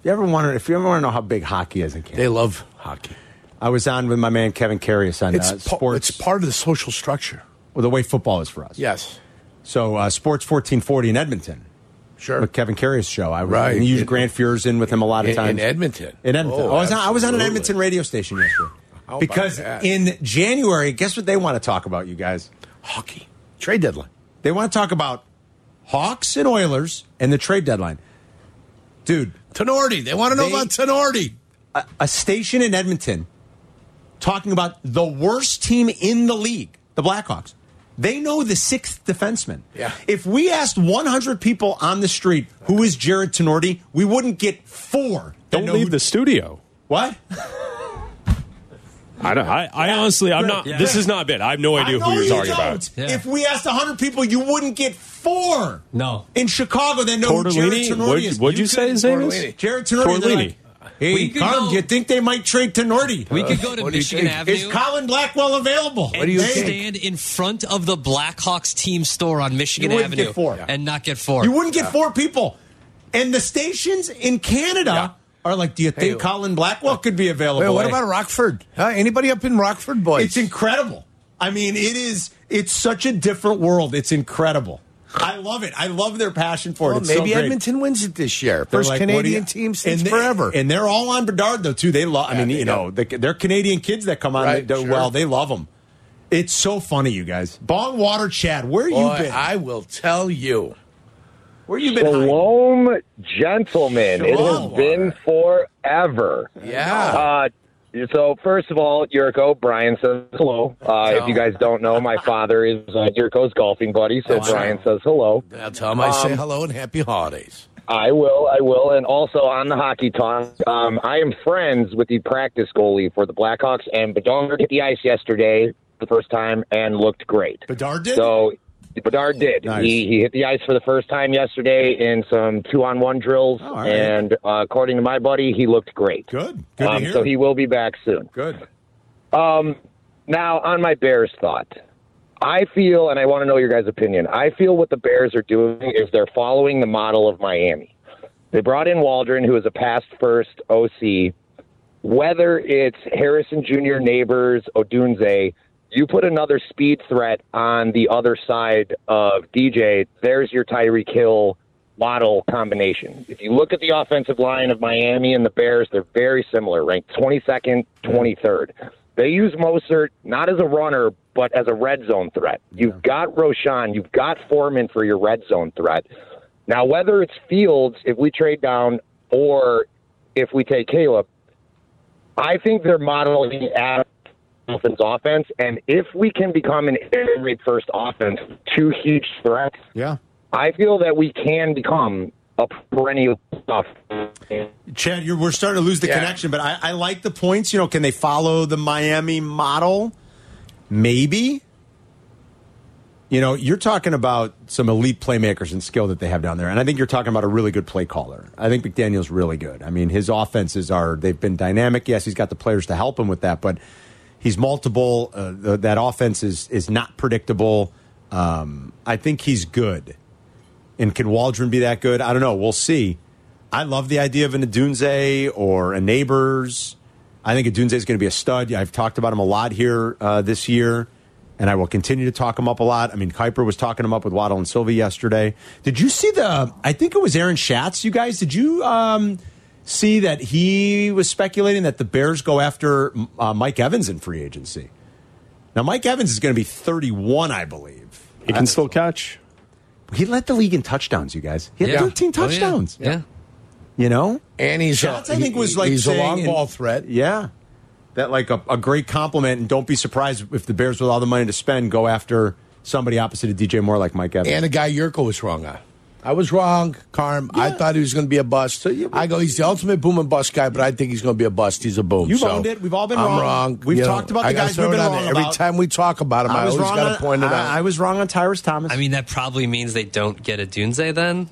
Speaker 2: If you ever wonder, if you ever want to know how big hockey is in Canada,
Speaker 3: they love hockey.
Speaker 2: I was on with my man Kevin Carius on
Speaker 3: It's
Speaker 2: uh,
Speaker 3: pa-
Speaker 2: sports.
Speaker 3: It's part of the social structure.
Speaker 2: well, the way football is for us.
Speaker 3: Yes,
Speaker 2: So uh, sports fourteen forty in Edmonton.
Speaker 3: sure.
Speaker 2: With Kevin Carius show, I was
Speaker 3: Right.
Speaker 2: and usually
Speaker 3: In-
Speaker 2: Grant Fuhr's in with him a lot of
Speaker 3: in-
Speaker 2: times
Speaker 3: in Edmonton.
Speaker 2: In Edmonton,
Speaker 3: Oh,
Speaker 2: I was on, I was on an
Speaker 3: absolutely.
Speaker 2: Edmonton radio station yesterday
Speaker 3: How about
Speaker 2: because
Speaker 3: that?
Speaker 2: in January, guess what they want to talk about, you guys?
Speaker 3: hockey trade deadline.
Speaker 2: They want to talk about Hawks and Oilers and the trade deadline. Dude,
Speaker 3: Tenorti. They want to know
Speaker 2: They-
Speaker 3: about Tenorti.
Speaker 2: a, a station in Edmonton talking about the worst team in the league, the Blackhawks. They know the sixth defenseman.
Speaker 3: Yeah.
Speaker 2: If we asked 100 people on the street who is Jared Tenorti, we wouldn't get four. that
Speaker 8: Don't
Speaker 2: know
Speaker 8: leave
Speaker 2: who-
Speaker 8: the studio.
Speaker 2: What?
Speaker 8: I don't. I, I honestly, I'm not.
Speaker 7: Yeah.
Speaker 8: This is not bad. I have no idea
Speaker 2: know
Speaker 8: who you're
Speaker 2: you
Speaker 8: talking about.
Speaker 2: don't.
Speaker 7: about. Yeah.
Speaker 2: If we asked 100 people, you wouldn't get four.
Speaker 7: No.
Speaker 2: In Chicago, they know who Jared
Speaker 8: Tortellini.
Speaker 2: Tenorti
Speaker 8: What'd,
Speaker 2: is.
Speaker 8: what'd you, say his name
Speaker 3: Tortellini.
Speaker 8: is?
Speaker 2: Jared Tenorti. they're
Speaker 8: Tortellini.
Speaker 2: like, Hey,
Speaker 7: We could
Speaker 2: Carm,
Speaker 7: go-
Speaker 2: do you think they might trade Tenorti?
Speaker 7: We could go to
Speaker 3: What do you
Speaker 7: Michigan
Speaker 3: think?
Speaker 7: Avenue.
Speaker 2: Is Colin Blackwell available?
Speaker 7: and
Speaker 3: do you think?
Speaker 7: stand in front of the Blackhawks team store on Michigan
Speaker 2: You wouldn't
Speaker 7: Avenue
Speaker 2: get four.
Speaker 7: and not get four.
Speaker 2: You wouldn't get four people. And the stations in Canada
Speaker 3: Yeah.
Speaker 2: are like, do you think
Speaker 3: Hey, uh,
Speaker 2: Colin Blackwell could be available?
Speaker 3: Wait, what
Speaker 2: Eh?
Speaker 3: about Rockford? Huh? Anybody up in Rockford, boys?
Speaker 2: It's incredible. I mean, it is. It's such a different world. It's incredible. I love it. I love their passion for it.
Speaker 3: Well,
Speaker 2: It's so
Speaker 3: maybe
Speaker 2: great.
Speaker 3: Edmonton wins it this year.
Speaker 2: They're
Speaker 3: First
Speaker 2: like, what do
Speaker 3: Canadian
Speaker 2: you-
Speaker 3: team since
Speaker 2: and they-
Speaker 3: forever.
Speaker 2: and they're all on Bedard though too. They love. I
Speaker 3: Yeah,
Speaker 2: mean,
Speaker 3: they
Speaker 2: you
Speaker 3: do.
Speaker 2: know, they, they're Canadian kids that come on
Speaker 3: Right,
Speaker 2: that do
Speaker 3: sure.
Speaker 2: well. They love them. It's so funny, you guys. Bong water, Chad. Where you
Speaker 3: Boy,
Speaker 2: been?
Speaker 3: I will tell you.
Speaker 2: where you been? hiding?
Speaker 13: Shalom, gentlemen. It has
Speaker 3: Shalom.
Speaker 13: been forever.
Speaker 3: Yeah.
Speaker 13: Uh, so, first of all, Yurko, Brian says hello. Uh, if you guys don't know, my father is uh, Yurko's golfing buddy, so
Speaker 3: That's
Speaker 13: Brian
Speaker 3: right.
Speaker 13: says hello.
Speaker 3: Now tell them I say
Speaker 13: Um,
Speaker 3: hello and happy holidays.
Speaker 13: I will, I will. And also on the hockey talk, um, I am friends with the practice goalie for the Blackhawks, and Bedonger hit the ice yesterday for the first time and looked great.
Speaker 2: Bedard did.
Speaker 13: So Bedard did.
Speaker 2: Nice.
Speaker 13: He, he hit the ice for the first time yesterday in some two on one drills,
Speaker 2: all right.
Speaker 13: and uh, according to my buddy, he looked great.
Speaker 2: good. Good to
Speaker 13: um,
Speaker 2: hear.
Speaker 13: so he will be back soon.
Speaker 2: good.
Speaker 13: Um, now, on my Bears thought, I feel, and I want to know your guys' opinion. I feel what the Bears are doing is they're following the model of Miami. They brought in Waldron, who is a past first OC. Whether it's Harrison Jr., Neighbors, Odunze, you put another speed threat on the other side of DJ, there's your Tyreek Hill Waddle combination. If you look at the offensive line of Miami and the Bears, they're very similar, ranked 22nd, 23rd. They use Mosert not as a runner, but as a red zone threat. You've got Roshan, you've got Foreman for your red zone threat. Now, whether it's Fields, if we trade down, or if we take Caleb, I think they're modeling Adam Dolphins offense, and if we can become an air raid first offense, two huge threats,
Speaker 2: Yeah.
Speaker 13: I feel that we can become a perennial stuff.
Speaker 2: Chad, you're, we're starting to lose the
Speaker 3: Yeah.
Speaker 2: connection, but I, I like the points. You know, can they follow the Miami model? Maybe. You know, you're talking about some elite playmakers and skill that they have down there, and I think you're talking about a really good play caller. I think McDaniel's really good. I mean, his offenses are they've been dynamic. Yes, he's got the players to help him with that, but he's multiple. Uh, the, that offense is is not predictable. Um, I think he's good. And can Waldron be that good? I don't know. We'll see. I love the idea of an Adunze or a Neighbors. I think Adunze is going to be a stud. I've talked about him a lot here uh, this year, and I will continue to talk him up a lot. I mean, Kuiper was talking him up with Waddle and Silva yesterday. Did you see the? I think it was Aaron Schatz. You guys, did you um, see that he was speculating that the Bears go after uh, Mike Evans in free agency? Now, Mike Evans is going to be 31, I believe. He can still catch. He led the league in touchdowns, you guys. He had
Speaker 3: Yeah.
Speaker 2: 13
Speaker 3: Oh, yeah.
Speaker 2: touchdowns.
Speaker 3: Yeah.
Speaker 2: You know?
Speaker 3: And he's a-
Speaker 2: Shots, I think, was
Speaker 3: he-
Speaker 2: like
Speaker 3: he's a
Speaker 2: saying
Speaker 3: long
Speaker 2: in-
Speaker 3: ball threat.
Speaker 2: Yeah. That, like, a, a great compliment. And don't be surprised if the Bears, with all the money to spend, go after somebody opposite of DJ Moore like Mike Evans.
Speaker 3: And a guy Yurko was wrong on. I was wrong, Carm. I thought he was going to be a bust. I go, he's the ultimate boom and bust guy, but I think he's going to be a bust. He's a boom.
Speaker 2: You've
Speaker 3: so
Speaker 2: owned it. We've all been
Speaker 3: I'm
Speaker 2: wrong.
Speaker 3: wrong.
Speaker 2: We've
Speaker 3: You know,
Speaker 2: talked about the
Speaker 3: I gotta
Speaker 2: guys
Speaker 3: throw
Speaker 2: we've
Speaker 3: it
Speaker 2: been
Speaker 3: out
Speaker 2: wrong
Speaker 3: there. Every
Speaker 2: about.
Speaker 3: time we talk about him, I,
Speaker 2: I was
Speaker 3: always
Speaker 2: wrong
Speaker 3: got
Speaker 2: on-
Speaker 3: to point it
Speaker 2: I-
Speaker 3: out.
Speaker 2: I was wrong on Tyrus Thomas.
Speaker 7: I mean, that probably means they don't get a Dunze then.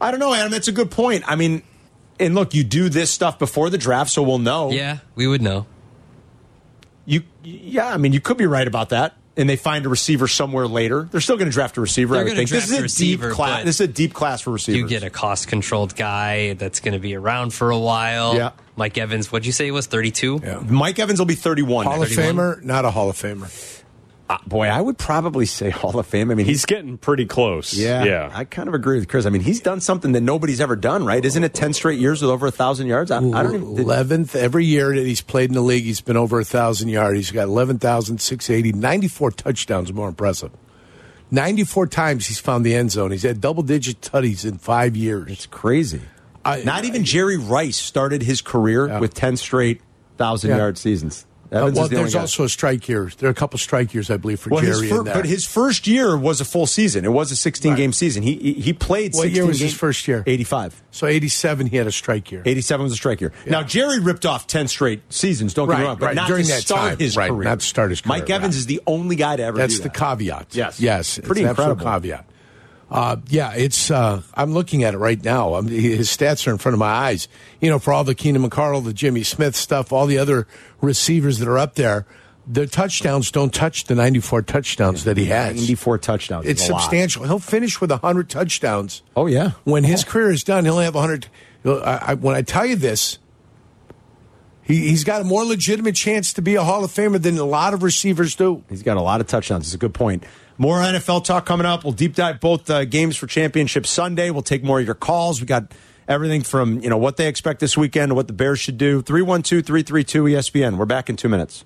Speaker 2: I don't know, Adam. That's a good point. I mean, and look, you do this stuff before the draft, so we'll know.
Speaker 7: Yeah, we would know.
Speaker 2: You, yeah, I mean, you could be right about that. And they find a receiver somewhere later. They're still going to draft a receiver.
Speaker 7: They're
Speaker 2: I would
Speaker 7: gonna
Speaker 2: think
Speaker 7: draft
Speaker 2: this is
Speaker 7: a
Speaker 2: a
Speaker 7: receiver,
Speaker 2: deep class.
Speaker 7: but
Speaker 2: This is a deep class for receivers.
Speaker 7: You get a cost controlled guy that's going to be around for a while.
Speaker 2: Yeah.
Speaker 7: Mike Evans, what'd you say he was? 32? Yeah.
Speaker 2: Mike Evans will be 31.
Speaker 7: Hall of 31.
Speaker 3: Famer, not a Hall of Famer.
Speaker 2: Uh, boy, I would probably say Hall of Fame. I mean,
Speaker 8: He's getting pretty close.
Speaker 2: Yeah,
Speaker 8: Yeah.
Speaker 2: I kind of agree with Chris. I mean, he's done something that nobody's ever done, right? Isn't it ten straight years with over a thousand yards? I, I don't even.
Speaker 3: Eleventh every year that he's played in the league, he's been over a thousand yards. He's got 11,680, 94 touchdowns. More impressive, ninety-four times he's found the end zone. He's had double-digit tutties in five years. It's
Speaker 2: crazy. Not even Jerry Rice started his career with ten straight thousand
Speaker 3: Yeah.
Speaker 2: yard seasons.
Speaker 3: Uh,
Speaker 2: Evans
Speaker 3: well,
Speaker 2: is the only
Speaker 3: there's
Speaker 2: guy.
Speaker 3: also a strike year. There are a couple strike years, I believe, for
Speaker 2: Well, his
Speaker 3: Jerry.
Speaker 2: fir-
Speaker 3: in there.
Speaker 2: but his first year was a full season. It was a 16 game season. He he- he played.
Speaker 3: What
Speaker 2: 16
Speaker 3: year was his
Speaker 2: games-
Speaker 3: first year?
Speaker 2: 85.
Speaker 3: So 87, he had a strike year.
Speaker 2: 87 was a strike year. Now Jerry ripped off 10 straight seasons. Don't get me
Speaker 3: Right,
Speaker 2: wrong, but
Speaker 3: right.
Speaker 2: not
Speaker 3: During
Speaker 2: to
Speaker 3: that
Speaker 2: start
Speaker 3: time,
Speaker 2: his
Speaker 3: right,
Speaker 2: career.
Speaker 3: not to start his
Speaker 2: Mike
Speaker 3: career,
Speaker 2: Evans
Speaker 3: right.
Speaker 2: is the only guy to ever.
Speaker 3: That's
Speaker 2: do
Speaker 3: the
Speaker 2: that.
Speaker 3: caveat.
Speaker 2: Yes.
Speaker 3: Yes.
Speaker 2: Pretty
Speaker 3: it's an absolute
Speaker 2: incredible.
Speaker 3: caveat. Uh, yeah, it's. Uh, I'm looking at it right now. I'm, his stats are in front of my eyes. You know, for all the Keenan McCardle, the Jimmy Smith stuff, all the other receivers that are up there, their touchdowns don't touch the 94 touchdowns that he has.
Speaker 2: 94 touchdowns.
Speaker 3: It's
Speaker 2: is a lot.
Speaker 3: substantial. He'll finish with 100 touchdowns.
Speaker 2: Oh yeah.
Speaker 3: When his career is done, he'll have 100. he'll- I, I, when I tell you this, he, he's got a more legitimate chance to be a Hall of Famer than a lot of receivers do.
Speaker 2: He's got a lot of touchdowns. It's a good point. More NFL talk coming up. We'll deep dive both uh, games for Championship Sunday. We'll take more of your calls. We got everything E from you know what they expect this weekend, to what the Bears should do. 312 332 ESPN. We're back in two minutes.